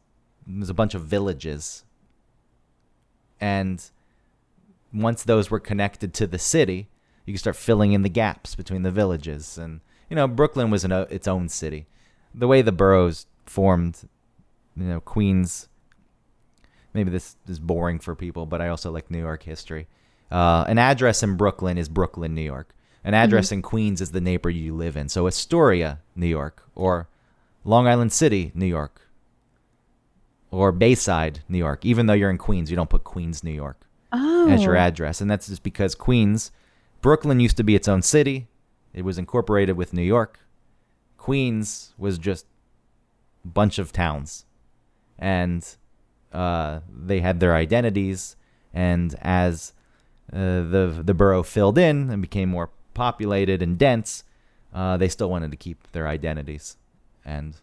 there's a bunch of villages, and once those were connected to the city, you could start filling in the gaps between the villages. And, you know, Brooklyn was an, o- its own city. The way the boroughs formed, you know, Queens, maybe this is boring for people, but I also like New York history. Uh, an address in Brooklyn is Brooklyn, New York. An address in Queens is the neighborhood you live in. So Astoria, New York, or Long Island City, New York, or Bayside, New York. Even though you're in Queens, you don't put Queens, New York Oh. as your address. And that's just because Queens, Brooklyn used to be its own city. It was incorporated with New York. Queens was just a bunch of towns. And uh, they had their identities. And as uh, the, the borough filled in and became more populated and dense, uh, they still wanted to keep their identities. And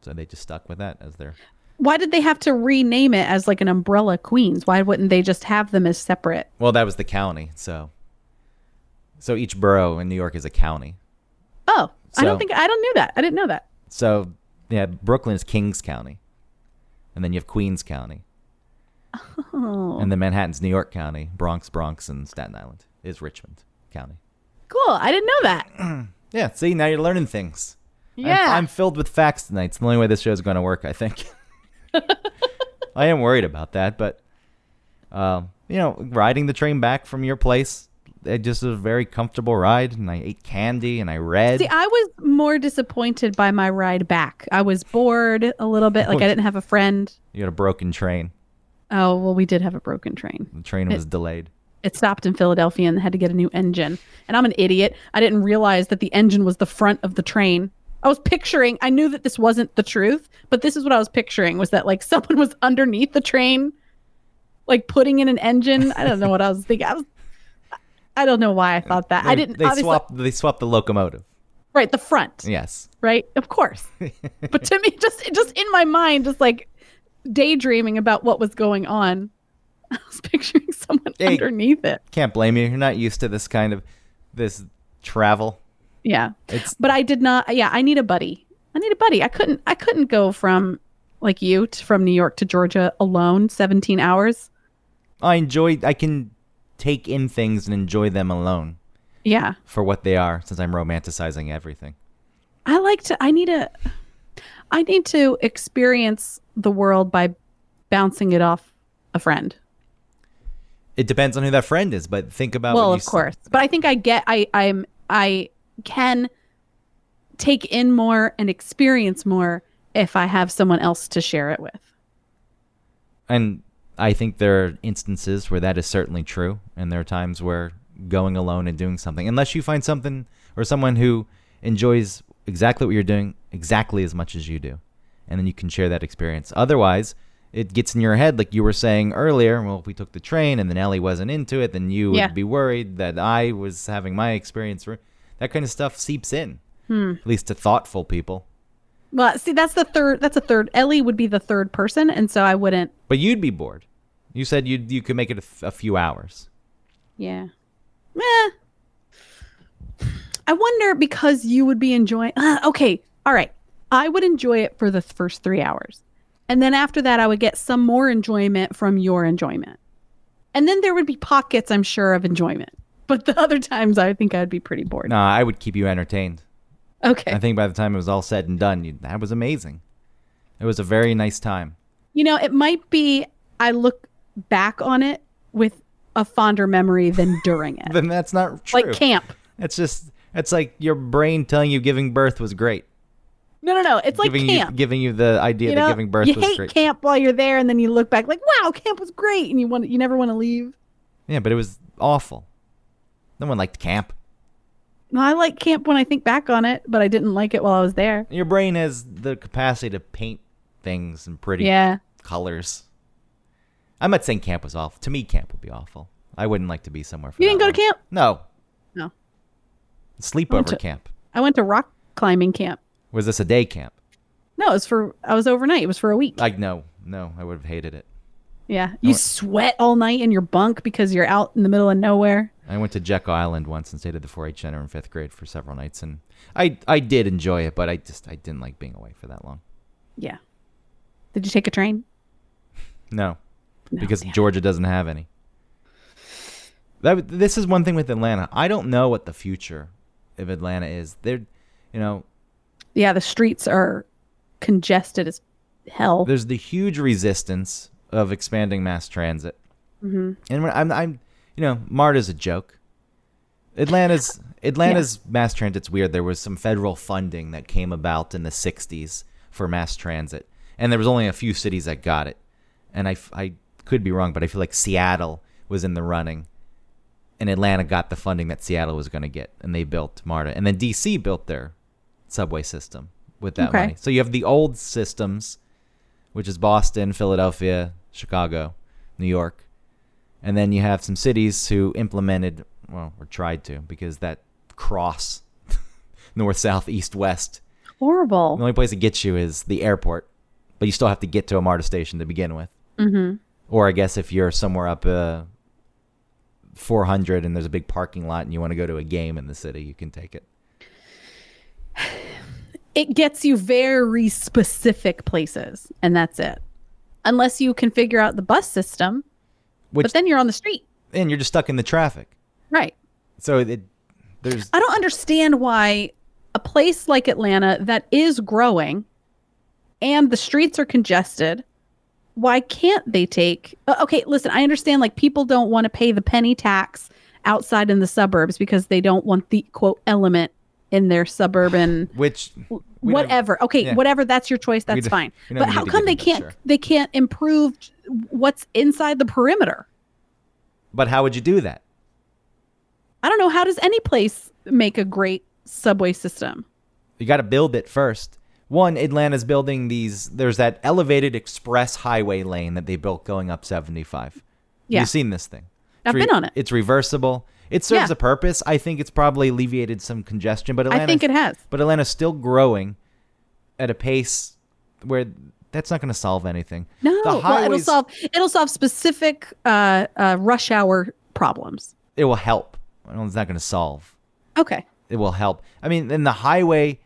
so they just stuck with that as their Why did they have to rename it as like an umbrella Queens? Why wouldn't they just have them as separate? Well, that was the county. So, so each borough in New York is a county. Oh, I So- don't think I don't knew that. I didn't know that. So, yeah, Brooklyn is Kings County, and then you have Queens County, Oh, and then Manhattan's New York County, Bronx, Bronx, and Staten Island is Richmond County. cool. I didn't know that. Yeah. See, now you're learning things. I'm- Yeah. I'm, filled with facts tonight. It's the only way this show's going to work, I think. I am worried about that, but um, you know, riding the train back from your place, it just was a very comfortable ride, and I ate candy and I read. See, I was more disappointed by my ride back. I was bored a little bit. Like I didn't have a friend. You had a broken train. Oh, well, we did have a broken train. The train was delayed. It stopped in Philadelphia and had to get a new engine. And I'm an idiot. I didn't realize that the engine was the front of the train. I was picturing, I knew that this wasn't the truth, but this is what I was picturing was that like someone was underneath the train, like putting in an engine. I don't know what I was thinking. I, was, I don't know why I thought that. I They- didn't, They obviously, swapped. They swapped the locomotive. right, the front. Yes. right? Of course. but to me, just just in my mind, just like daydreaming about what was going on, I was picturing someone Hey. underneath it. Can't blame you. You're not used to this kind of this travel. Yeah. It's But I did not. Yeah, I need a buddy. I need a buddy. I couldn't. I couldn't go from like you t- from New York to Georgia alone, seventeen hours. I enjoy. I can take in things and enjoy them alone Yeah, for what they are, since I'm romanticizing everything. I like to. I need a. I need to experience the world by bouncing it off a friend. It depends on who that friend is, but think about. what well uh, you of s- course but i think i get i i'm i can take in more and experience more if i have someone else to share it with And I think there are instances where that is certainly true, and there are times where going alone and doing something, unless you find something or someone who enjoys exactly what you're doing exactly as much as you do, and then you can share that experience. Otherwise, it gets in your head, like you were saying earlier. Well, if we took the train and then Ellie wasn't into it, then you Yeah. would be worried that I was having my experience. ru- That kind of stuff seeps in, at least to thoughtful people. well see that's the third that's a third ellie would be the third person and so i wouldn't But you'd be bored. You said you you could make it a, f- a few hours. yeah eh. i wonder because you would be enjoying Ah, okay all right i would enjoy it for the first three hours and then after that i would get some more enjoyment from your enjoyment and then there would be pockets i'm sure of enjoyment but the other times i think i'd be pretty bored No, I would keep you entertained. okay I think by the time it was all said and done, you, that was amazing. It was a very nice time. you know it might be i look back on it with a fonder memory than during it Then that's not true. like camp It's just it's like your brain telling you giving birth was great. no no no it's like giving camp you giving you the idea you that know, giving birth you was hate great. camp while you're there, and then you look back like, "Wow, camp was great," and you want you never want to leave. Yeah, but it was awful. No one liked camp. No, I like camp when I think back on it, but I didn't like it while I was there. Your brain has the capacity to paint things in pretty Yeah, colors. I'm not saying camp was awful. To me, camp would be awful. I wouldn't like to be somewhere. For you that didn't go to long. camp. No, No, sleepover to- camp. I went to rock climbing camp. Was this a day camp? No, it was for I was overnight. It was for a week. Like no, no, I would have hated it. yeah, you sweat all night in your bunk because you're out in the middle of nowhere. I went to Jekyll Island once and stayed at the 4-H Center in fifth grade for several nights, and I I did enjoy it, but I just I didn't like being away for that long. Yeah. Did you take a train? No, No, because damn. Georgia doesn't have any. That this is one thing with Atlanta. I don't know what the future of Atlanta is. They're, you know, Yeah, the streets are congested as hell. there's the huge resistance of expanding mass transit. Mm-hmm. And when I'm, I'm, you know, MARTA's a joke. Atlanta's Atlanta's mass transit's weird. There was some federal funding that came about in the '60s for mass transit, and there was only a few cities that got it. And I, f- I could be wrong, but I feel like Seattle was in the running, and Atlanta got the funding that Seattle was going to get, and they built MARTA, and then DC built their subway system with that Okay. money. So you have the old systems which is Boston, Philadelphia, Chicago, New York. And then you have some cities who implemented, well, or tried to, because that cross north, south, east, west. Horrible. The only place it gets you is the airport, but you still have to get to a MARTA station to begin with. mm-hmm. Or I guess if you're somewhere up uh, 400 and there's a big parking lot and you want to go to a game in the city, you can take it. it gets you very specific places and that's it unless you can figure out the bus system Which but then you're on the street and you're just stuck in the traffic. right So it, there's i don't understand why a place like atlanta that is growing and the streets are congested why can't they take uh, okay listen i understand like people don't want to pay the penny tax outside in the suburbs because they don't want the quote element in their suburban which we don't- whatever. okay, yeah. whatever. That's your choice. That's don't- fine. we don't But need how to come get they into can't sure. they can't improve what's inside the perimeter? But how would you do that? I don't know. How does any place make a great subway system? You got to build it first. One, Atlanta's building these. There's that elevated express highway lane that they built going up 75. Yeah. You've seen this thing. I've It's been on it. It's reversible. It serves Yeah. a purpose. I think it's probably alleviated some congestion, but Atlanta, I think it has. but Atlanta's still growing at a pace where that's not going to solve anything. No, the highways, well, it'll solve it'll solve specific uh, uh, rush hour problems. It will help. Well, It's not going to solve. Okay, It will help. I mean, and the highway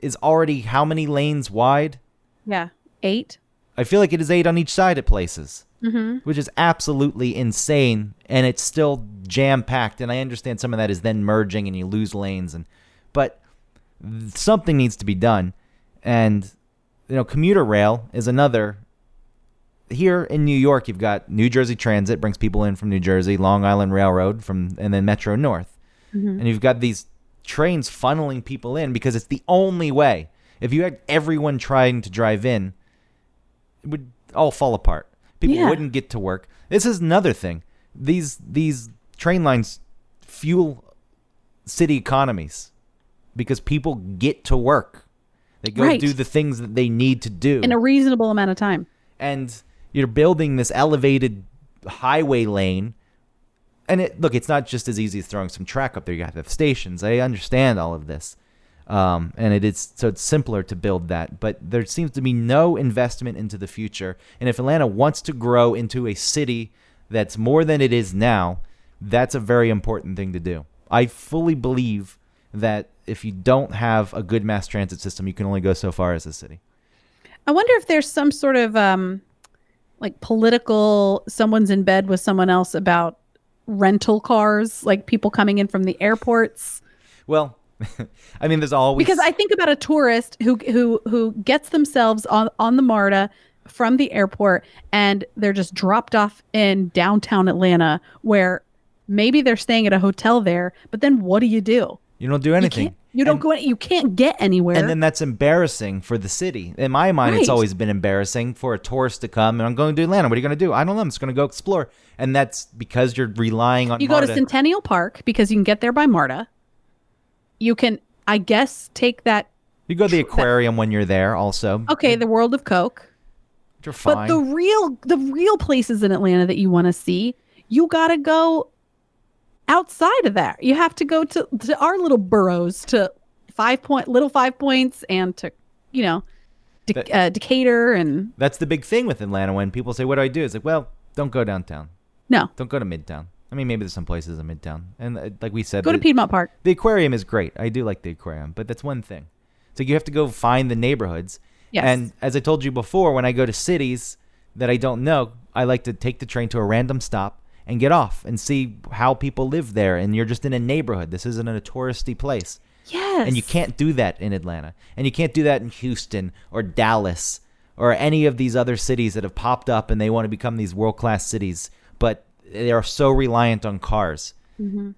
is already how many lanes wide? yeah, eight. I feel like it is eight on each side at places, mm-hmm. which is absolutely insane. And it's still jam packed. And I understand some of that is then merging and you lose lanes. And but something needs to be done. And you know, commuter rail is another. Here in New York, you've got New Jersey Transit brings people in from New Jersey, Long Island Railroad from, and then Metro North, and you've got these trains funneling people in because it's the only way. If you had everyone trying to drive in, it would all fall apart. People Yeah. wouldn't get to work. This is another thing. These these train lines fuel city economies because people get to work. They go Right. do the things that they need to do. In a reasonable amount of time. and you're building this elevated highway lane. And it, look, it's not just as easy as throwing some track up there. You have to have stations. I understand all of this. Um, and it is so it's simpler to build that, but there seems to be no investment into the future. And if Atlanta wants to grow into a city that's more than it is now, that's a very important thing to do. I fully believe that if you don't have a good mass transit system, you can only go so far as a city. I wonder if there's some sort of um, like political someone's in bed with someone else about rental cars, like people coming in from the airports. Well, I mean, there's always Because I think about a tourist who who who gets themselves on on the MARTA from the airport and they're just dropped off in downtown Atlanta where maybe they're staying at a hotel there, but then what do you do? you don't do anything. Can't, you don't And- go in, you can't get anywhere. And then that's embarrassing for the city. In my mind, it's Right. always been embarrassing for a tourist to come and I'm going to Atlanta. What are you going to do? I don't know. I'm just going to go explore. And that's because you're relying on You go MARTA. to Centennial Park because you can get there by MARTA. You can, I guess, take that. you go to the aquarium when you're there, also. Okay, the World of Coke, Which are fine. but the real, the real places in Atlanta that you want to see, you gotta go outside of that. You have to go to to our little boroughs, to Five Point, Little Five Points, and to you know, Dec That- uh, Decatur, and that's the big thing with Atlanta when people say, What do I do? It's like, Well, don't go downtown. no, Don't go to Midtown. I mean, maybe there's some places in Midtown. And uh, like we said, go to the- Piedmont Park. The aquarium is great. I do like the aquarium, but that's one thing. So you have to go find the neighborhoods. Yes. And as I told you before, when I go to cities that I don't know, I like to take the train to a random stop and get off and see how people live there. And you're just in a neighborhood. This isn't a touristy place. Yes. And you can't do that in Atlanta. And you can't do that in Houston or Dallas or any of these other cities that have popped up and they want to become these world class cities, but they are so reliant on cars. And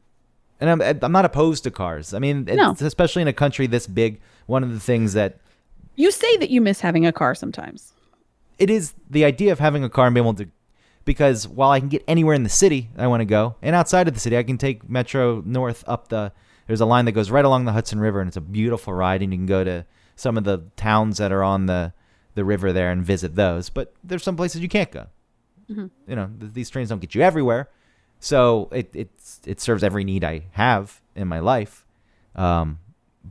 I'm, I'm not opposed to cars. I mean, Mm-hmm. No. it's- especially in a country this big, one of the things that You say that you miss having a car sometimes. it is the idea of having a car and being able to because while I can get anywhere in the city I want to go and outside of the city I can take metro north up the there's a line that goes right along the Hudson River and it's a beautiful ride and you can go to some of the towns that are on the the river there and visit those but there's some places you can't go you know th- these trains don't get you everywhere so it it's it serves every need I have in my life um,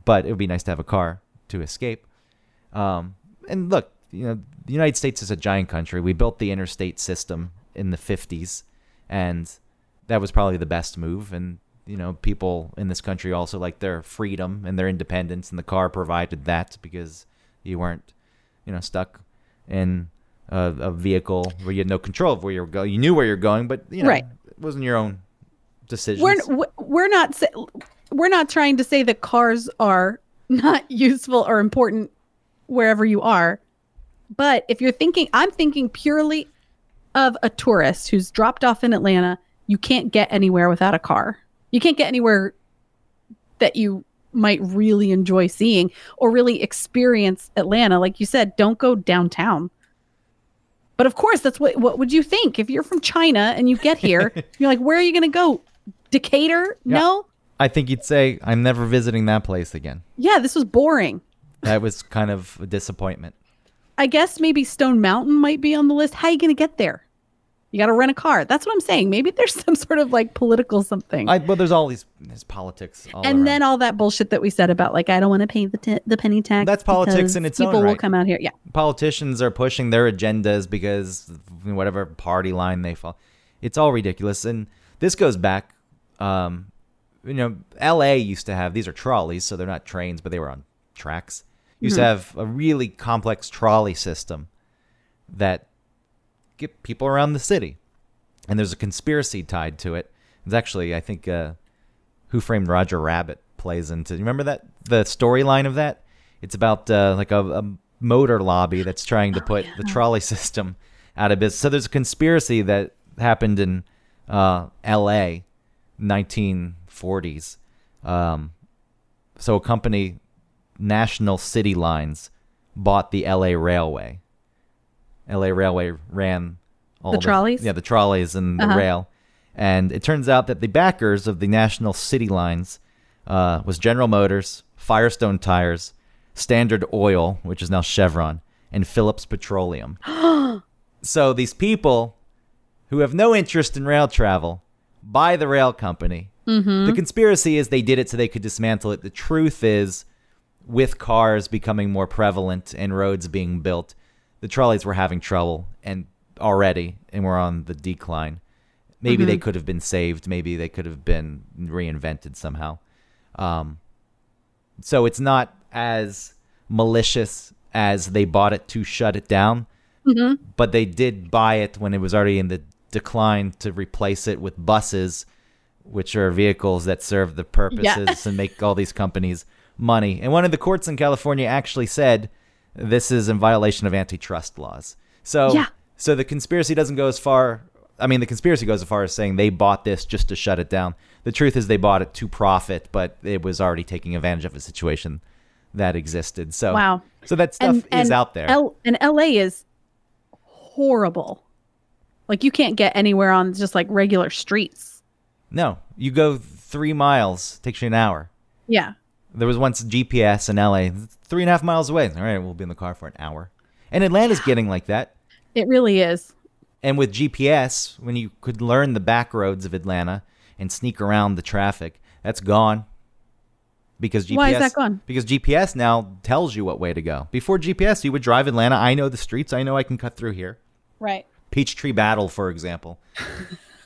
but it would be nice to have a car to escape um, and look, you know, the United States is a giant country. We built the interstate system in the 50s, and that was probably the best move. And, you know, people in this country also like their freedom and their independence, and the car provided that because you weren't, you know, stuck in a, a vehicle where you had no control of where you were going. You knew where you're going, but, you know, Right. it wasn't your own decision. We're w- we're not sa- we're not trying to say that cars are not useful or important wherever you are. But if you're thinking I'm thinking purely of a tourist who's dropped off in Atlanta, you can't get anywhere without a car. You can't get anywhere that you might really enjoy seeing or really experience Atlanta. Like you said, don't go downtown. But of course, that's what what would you think if you're from China and you get here? you're like, where are you going to go? Decatur? Yeah. No. I think you'd say, I'm never visiting that place again. Yeah, this was boring. That was kind of a disappointment. I guess maybe Stone Mountain might be on the list. How are you going to get there? You got to rent a car. That's what I'm saying. Maybe there's some sort of like political something. I, well, there's all these there's politics. All and around. then all that bullshit that we said about like I don't want to pay the t- the penny tax. That's politics because in its own people will right. come out here. Yeah, politicians are pushing their agendas because whatever party line they fall, it's all ridiculous. And this goes back, um, you know, L.A. used to have these are trolleys, so they're not trains, but they were on tracks. Used to have a really complex trolley system that get people around the city, and there's a conspiracy tied to it. It's actually, I think, uh, Who Framed Roger Rabbit plays into. You remember that the storyline of that? It's about uh, like a, a motor lobby that's trying to put the trolley system out of business. So there's a conspiracy that happened in uh, L.A. 1940s. Um, so a company, National City Lines, bought the L.A. Railway. L.A. Railway ran all The trolleys? Yeah, the trolleys and the Uh-huh. rail. And it turns out that the backers of the National City Lines uh, was General Motors, Firestone Tires, Standard Oil, which is now Chevron, and Phillips Petroleum. so these people who have no interest in rail travel buy the rail company. The conspiracy is they did it so they could dismantle it. The truth is, with cars becoming more prevalent and roads being built, the trolleys were having trouble and already, and were on the decline. Maybe they could have been saved. Maybe they could have been reinvented somehow. Um, so it's not as malicious as they bought it to shut it down, but they did buy it when it was already in the decline to replace it with buses, which are vehicles that serve the purposes and make all these companies money. And one of the courts in California actually said this is in violation of antitrust laws. So Yeah. so the conspiracy doesn't go as far. I mean, the conspiracy goes as far as saying they bought this just to shut it down. The truth is they bought it to profit, but it was already taking advantage of a situation that existed. So Wow. So that stuff is out there. L- and LA is horrible. Like you can't get anywhere on just like regular streets. no, you go three miles, takes you an hour. Yeah. There was once GPS in LA, three and a half miles away. All right, we'll be in the car for an hour. And Atlanta's getting like that. It really is. And with GPS, when you could learn the back roads of Atlanta and sneak around the traffic, that's gone. Because GPS, Why is that gone? Because GPS now tells you what way to go. Before GPS, you would drive Atlanta. I know the streets. I know I can cut through here. Right. Peachtree Battle, for example.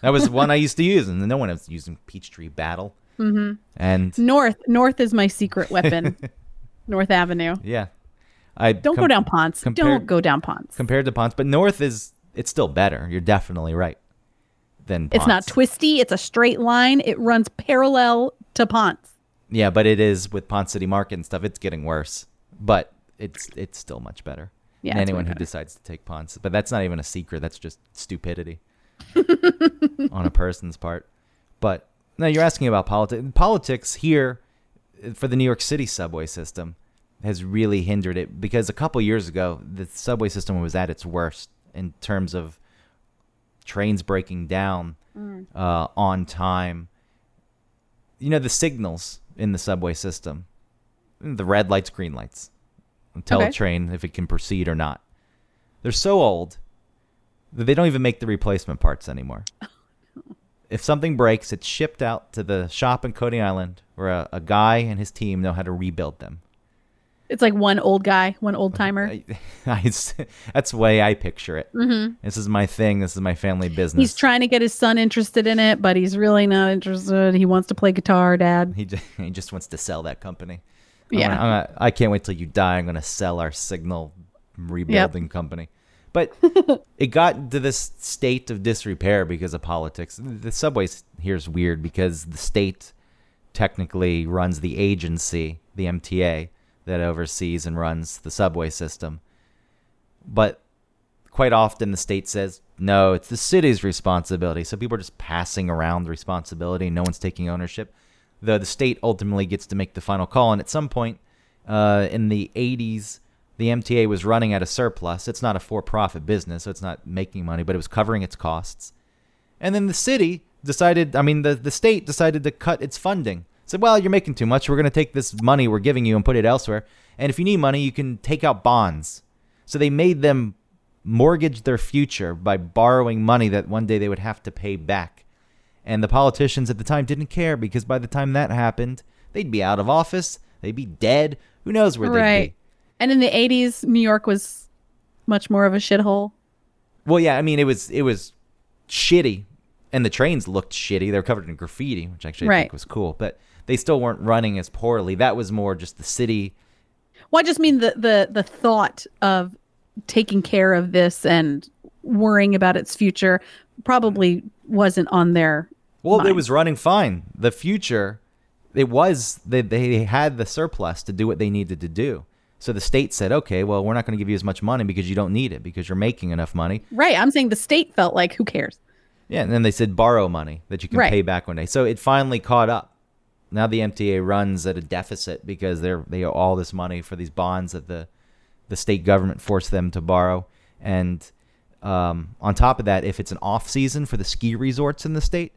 that was one I used to use, and no one was using Peachtree Battle. Mm-hmm. And North. North is my secret weapon. North Avenue. yeah, I Don't go down Ponce. compare- Don't go down Ponce. compared to Ponce, but North is it's still better. You're definitely right. than It's not Ponce. twisty, it's a straight line. It runs parallel to Ponce. Yeah, but it is with Pond City Market and stuff. It's getting worse, but it's it's still much better. Yeah, And it's way anyone who better. decides to take Ponce, but that's not even a secret. That's just stupidity on a person's part. But no, you're asking about politics. Politics here uh, for the New York City subway system has really hindered it because a couple years ago the subway system was at its worst in terms of trains breaking down Mm. uh, on time. You know the signals in the subway system, the red lights, green lights, and tell a Okay. train if it can proceed or not. They're so old that they don't even make the replacement parts anymore. If something breaks, it's shipped out to the shop in Coney Island where a, a guy and his team know how to rebuild them. It's like one old guy, one old timer. I, I s- that's the way I picture it. Mm-hmm. This is my thing. This is my family business. He's trying to get his son interested in it, but he's really not interested. He wants to play guitar, dad. He just, he just wants to sell that company. I'm Yeah. gonna- I'm gonna- I can't wait till you die. I'm going to sell our signal rebuilding company. But it got to this state of disrepair because of politics. The subway here is weird because the state technically runs the agency, the MTA, that oversees and runs the subway system. But quite often the state says, no, it's the city's responsibility. So people are just passing around the responsibility. No one's taking ownership. Though the state ultimately gets to make the final call. And at some point uh, in the 80s, the MTA was running at a surplus. It's not a for profit business, so it's not making money, but it was covering its costs. And then the city decided, I mean, the, the state decided to cut its funding. Said, well, you're making too much. We're going to take this money we're giving you and put it elsewhere. And if you need money, you can take out bonds. So they made them mortgage their future by borrowing money that one day they would have to pay back. And the politicians at the time didn't care because by the time that happened, they'd be out of office, they'd be dead. Who knows where they'd Right. be? And in the 80s, New York was much more of a shithole. Well, yeah, I mean, it was it was shitty, and the trains looked shitty. They were covered in graffiti, which actually I Right. think was cool, but they still weren't running as poorly. That was more just the city. Well, I just mean the the the thought of taking care of this and worrying about its future probably wasn't on their Well, it Fine. was running fine. The future, it was they they had the surplus to do what they needed to do. So the state said, okay, well, we're not going to give you as much money because you don't need it because you're making enough money. right. I'm saying the state felt like who cares. Yeah, and then they said borrow money that you can Right. pay back one day. So it finally caught up. Now the MTA runs at a deficit because they're they owe all this money for these bonds that the the state government forced them to borrow. And um, on top of that, if it's an off season for the ski resorts in the state,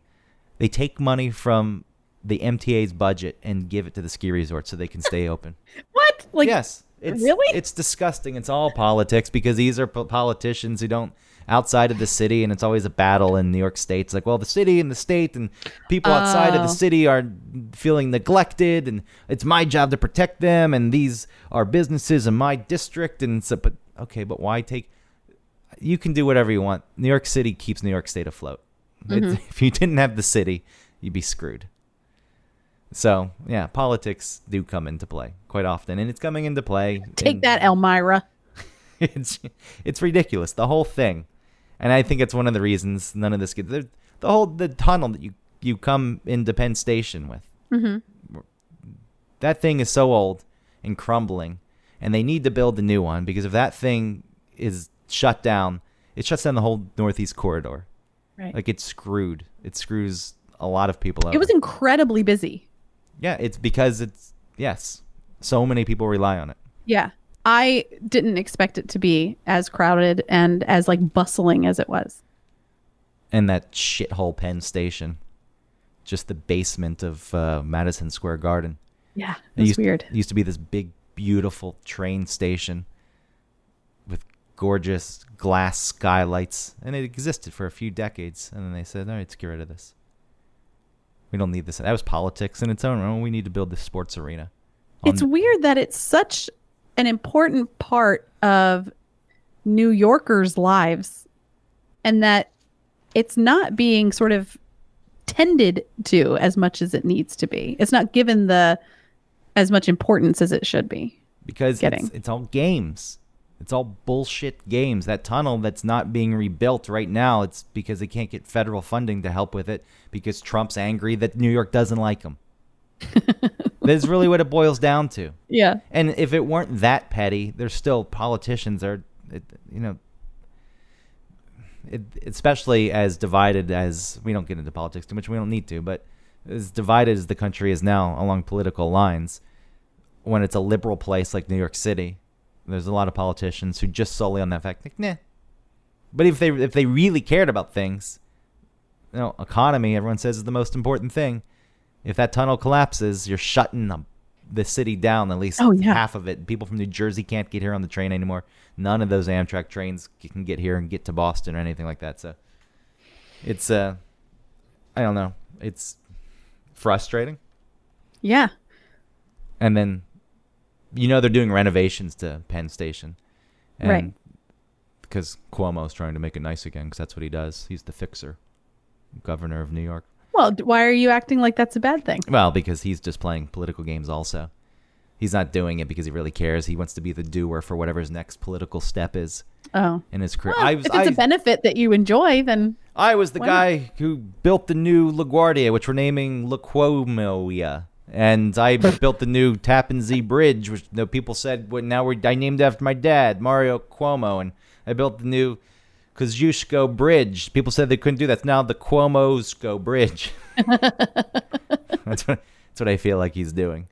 they take money from the MTA's budget and give it to the ski resorts so they can stay open. What? Like yes, it's really? it's disgusting. It's all politics because these are po- politicians who don't outside of the city, and it's always a battle in New York State. It's like, well, the city and the state and people outside of the Oh. city are feeling neglected, and it's my job to protect them, and these are businesses in my district, and so, but okay, but why take? You can do whatever you want. New York City keeps New York State afloat. Mm-hmm. It's- If you didn't have the city, you'd be screwed. So yeah, politics do come into play quite often, and it's coming into play. Take in- that, Elmira. It's it's ridiculous the whole thing, and I think it's one of the reasons none of this gets the, the whole the tunnel that you you come into Penn Station with. Mm-hmm. That thing is so old and crumbling, and they need to build a new one because if that thing is shut down, it shuts down the whole Northeast corridor. Right. Like uh, it's screwed. It screws a lot of people over. it was incredibly busy. Yeah, it's because it's yes, so many people rely on it. Yeah. I didn't expect it to be as crowded and as like bustling as it was. And that shithole Penn Station, just the basement of uh, Madison Square Garden. Yeah. It It was used, weird. It used to be this big, beautiful train station with gorgeous glass skylights, and it existed for a few decades. And then they said, "All right, let's get rid of this. We don't need this." That was politics in its own. right? We need to build this sports arena. on- It's weird that it's such an important part of New Yorkers' lives and that it's not being sort of tended to as much as it needs to be. It's not given the as much importance as it should be. because Getting. It's, it's all games. It's all bullshit games. That tunnel that's not being rebuilt right now, it's because they can't get federal funding to help with it because Trump's angry that New York doesn't like him. That's really what it boils down to. Yeah. And if it weren't that petty, there's still politicians are, it, you know, it, especially as divided as we don't get into politics too much. We don't need to, but as divided as the country is now along political lines, when it's a liberal place like New York City, there's a lot of politicians who just solely on that fact think, nah. But if they if they really cared about things, you know, economy, everyone says is the most important thing. If that tunnel collapses, you're shutting the, the city down. At least Oh, yeah. half of it. People from New Jersey can't get here on the train anymore. None of those Amtrak trains c- can get here and get to Boston or anything like that. So it's uh, I don't know. It's frustrating. Yeah. And then, you know, they're doing renovations to Penn Station, Right. Because Cuomo's trying to make it nice again, because that's what he does. He's the fixer, governor of New York. Well, d- why are you acting like that's a bad thing? Well, because he's just playing political games also. He's not doing it because he really cares. He wants to be the doer for whatever his next political step is Oh. in his career. Well, I, if was, it's I, a benefit that you enjoy, then I was the why not? guy who built the new LaGuardia, which we're naming LaQuomoia. And I built the new Tappan Zee Bridge, which no people said, well, now we're, I named after my dad, Mario Cuomo. And I built the new Kosciuszko Bridge. People said they couldn't do that. It's now the Cuomosko Bridge. that's, what, that's what I feel like he's doing.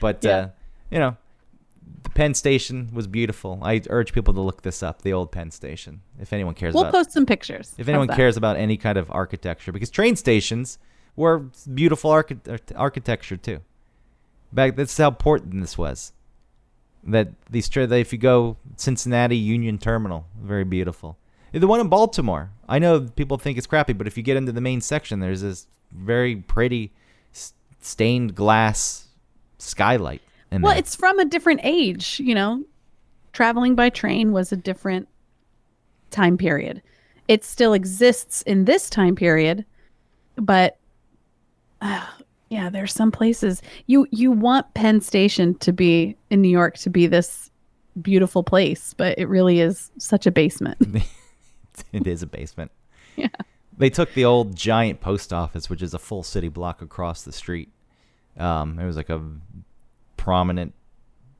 But, uh, Yeah. you know, the Penn Station was beautiful. I urge people to look this up, the old Penn Station, if anyone cares we'll about post some pictures. if of anyone that. cares about any kind of architecture, because train stations were beautiful archi- ar- architecture too. Back that's how important this was. That these tra- that if you go Cincinnati Union Terminal, very beautiful. The one in Baltimore, I know people think it's crappy, but if you get into the main section, there's this very pretty s- stained glass skylight. In Well, there. it's from a different age, you know. Traveling by train was a different time period. It still exists in this time period, but uh, yeah, there's some places you you want Penn Station to be in New York to be this beautiful place, but it really is such a basement. it is a basement. Yeah. They took the old giant post office, which is a full city block across the street. Um, it was like a prominent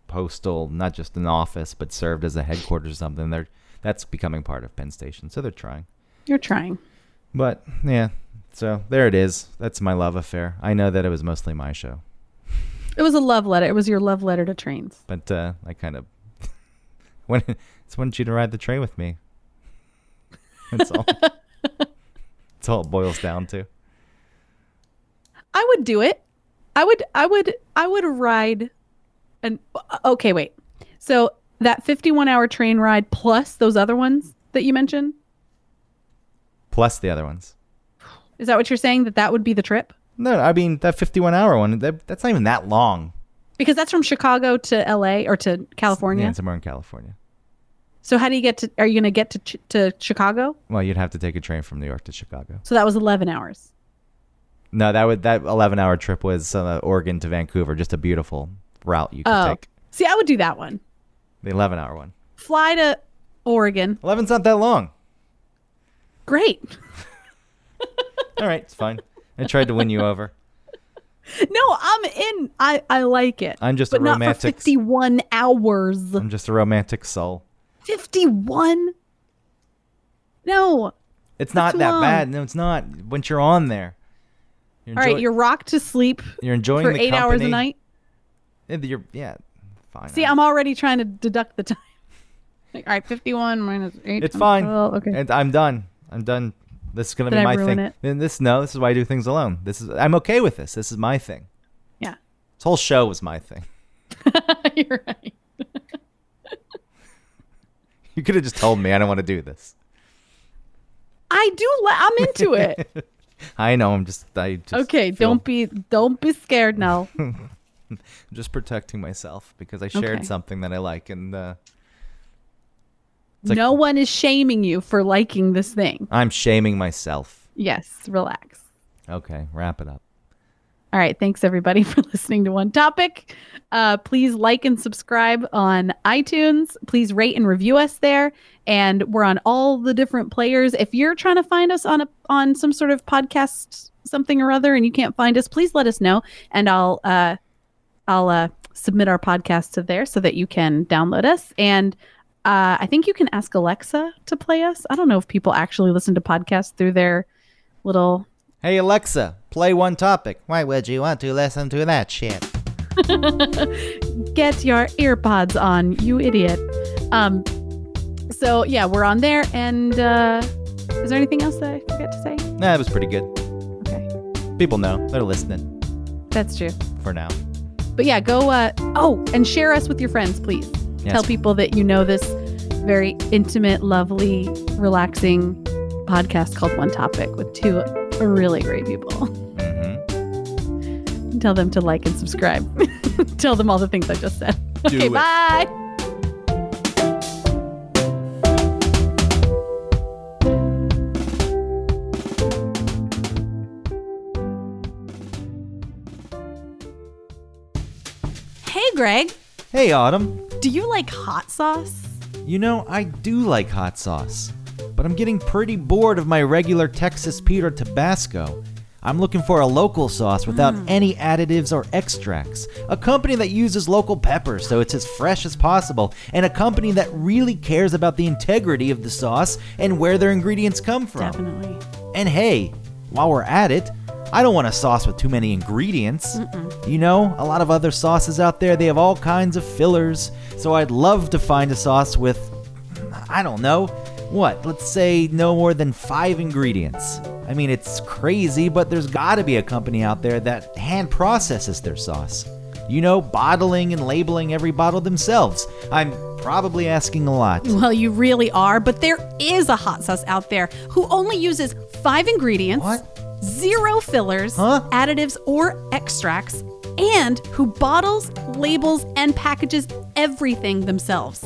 postal, not just an office, but served as a headquarters or something. They're, that's becoming part of Penn Station, so they're trying. You're trying. But yeah, so there it is. That's my love affair. I know that it was mostly my show, It was a love letter. It was your love letter to trains. but uh, I kind of wanted, just wanted you to ride the train with me. That's all. that's all it boils down to. I would do it. I would I would I would ride an okay, wait. So that 51 hour train ride plus those other ones that you mentioned, plus the other ones. is that what you're saying that that would be the trip? No, I mean that 51 hour one. That, that's not even that long. Because that's from Chicago to LA or to California. Yeah, somewhere in California. So how do you get to are you going to get to Ch- to Chicago? Well, you'd have to take a train from New York to Chicago. So that was 11 hours. No, that would that 11 hour trip was uh, Oregon to Vancouver. Just a beautiful route you could Oh. take. See, I would do that one. The 11 hour one. Fly to Oregon. 11's not that long. Great. All right, it's fine. I tried to win you over. No, I'm in. I I like it. I'm just a but not for romantic. 51 hours. I'm just a romantic soul. 51 no It's not too that long. bad. No, it's not. Once you're on there, you're, all right enjoy- you're rocked to sleep you're enjoying for the eight hours a company. night Yeah, You're, yeah, fine. see i'm already trying to deduct the time like, all right 51 minus 8 It's times fine. 12, Oh, okay And I'm done. I'm done. This is gonna Did be I my ruin thing. it? Then this no, this is why I do things alone. This is I'm okay with this. This is my thing. yeah This whole show was my thing. you're right You could have just told me I don't want to do this. i do li- i'm into it I know. I'm just. I just okay feel- don't be don't be scared now I'm just protecting myself because I shared Okay. something that I like, and uh, like- no one is shaming you for liking this thing I'm shaming myself. yes relax Okay, wrap it up. All right. Thanks, everybody, for listening to One Topic. Uh, please like and subscribe on iTunes. Please rate and review us there. And we're on all the different players. If you're trying to find us on a on some sort of podcast something or other and you can't find us, please let us know, and I'll uh, I'll uh, submit our podcast to there so that you can download us. And uh, I think you can ask Alexa to play us. I don't know if people actually listen to podcasts through their little Hey Alexa, play one topic. Why would you want to listen to that shit? get your earpods on, you idiot. Um, so yeah, we're on there. And uh, is there anything else that I forgot to say? Nah, that was pretty good. Okay, People know they're listening that's true. for now. But yeah, go. Uh, oh, and share us with your friends, please. Yes. Tell people that you know this very intimate, lovely, relaxing podcast called One Topic with two really great people. Mm-hmm. Tell them to like and subscribe. Tell them all the things I just said. Do okay, it. bye. Hey, Greg, Hey Autumn, do you like hot sauce? you know I do like hot sauce, but I'm getting pretty bored of my regular Texas Pete or Tabasco. I'm looking for a local sauce without any additives or extracts. A company that uses local peppers so it's as fresh as possible, and a company that really cares about the integrity of the sauce and where their ingredients come from. Definitely. And hey, while we're at it, I don't want a sauce with too many ingredients. You know, a lot of other sauces out there, they have all kinds of fillers. So I'd love to find a sauce with, I don't know, what, let's say no more than five ingredients. I mean, it's crazy, but there's gotta be a company out there that hand processes their sauce. You know, bottling and labeling every bottle themselves. I'm probably asking a lot. Well, you really are, but there is a hot sauce out there who only uses five ingredients, What? zero fillers, Huh? additives, or extracts, and who bottles, labels, and packages everything themselves.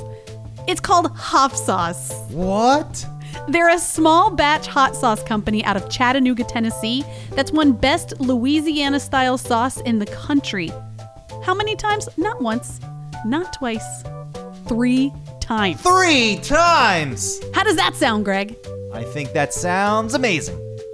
It's called Hoff Sauce. What? They're a small batch hot sauce company out of Chattanooga, Tennessee, that's won best Louisiana style sauce in the country. How many times? Not once, not twice, three times. Three times! How does that sound, Greg? I think that sounds amazing.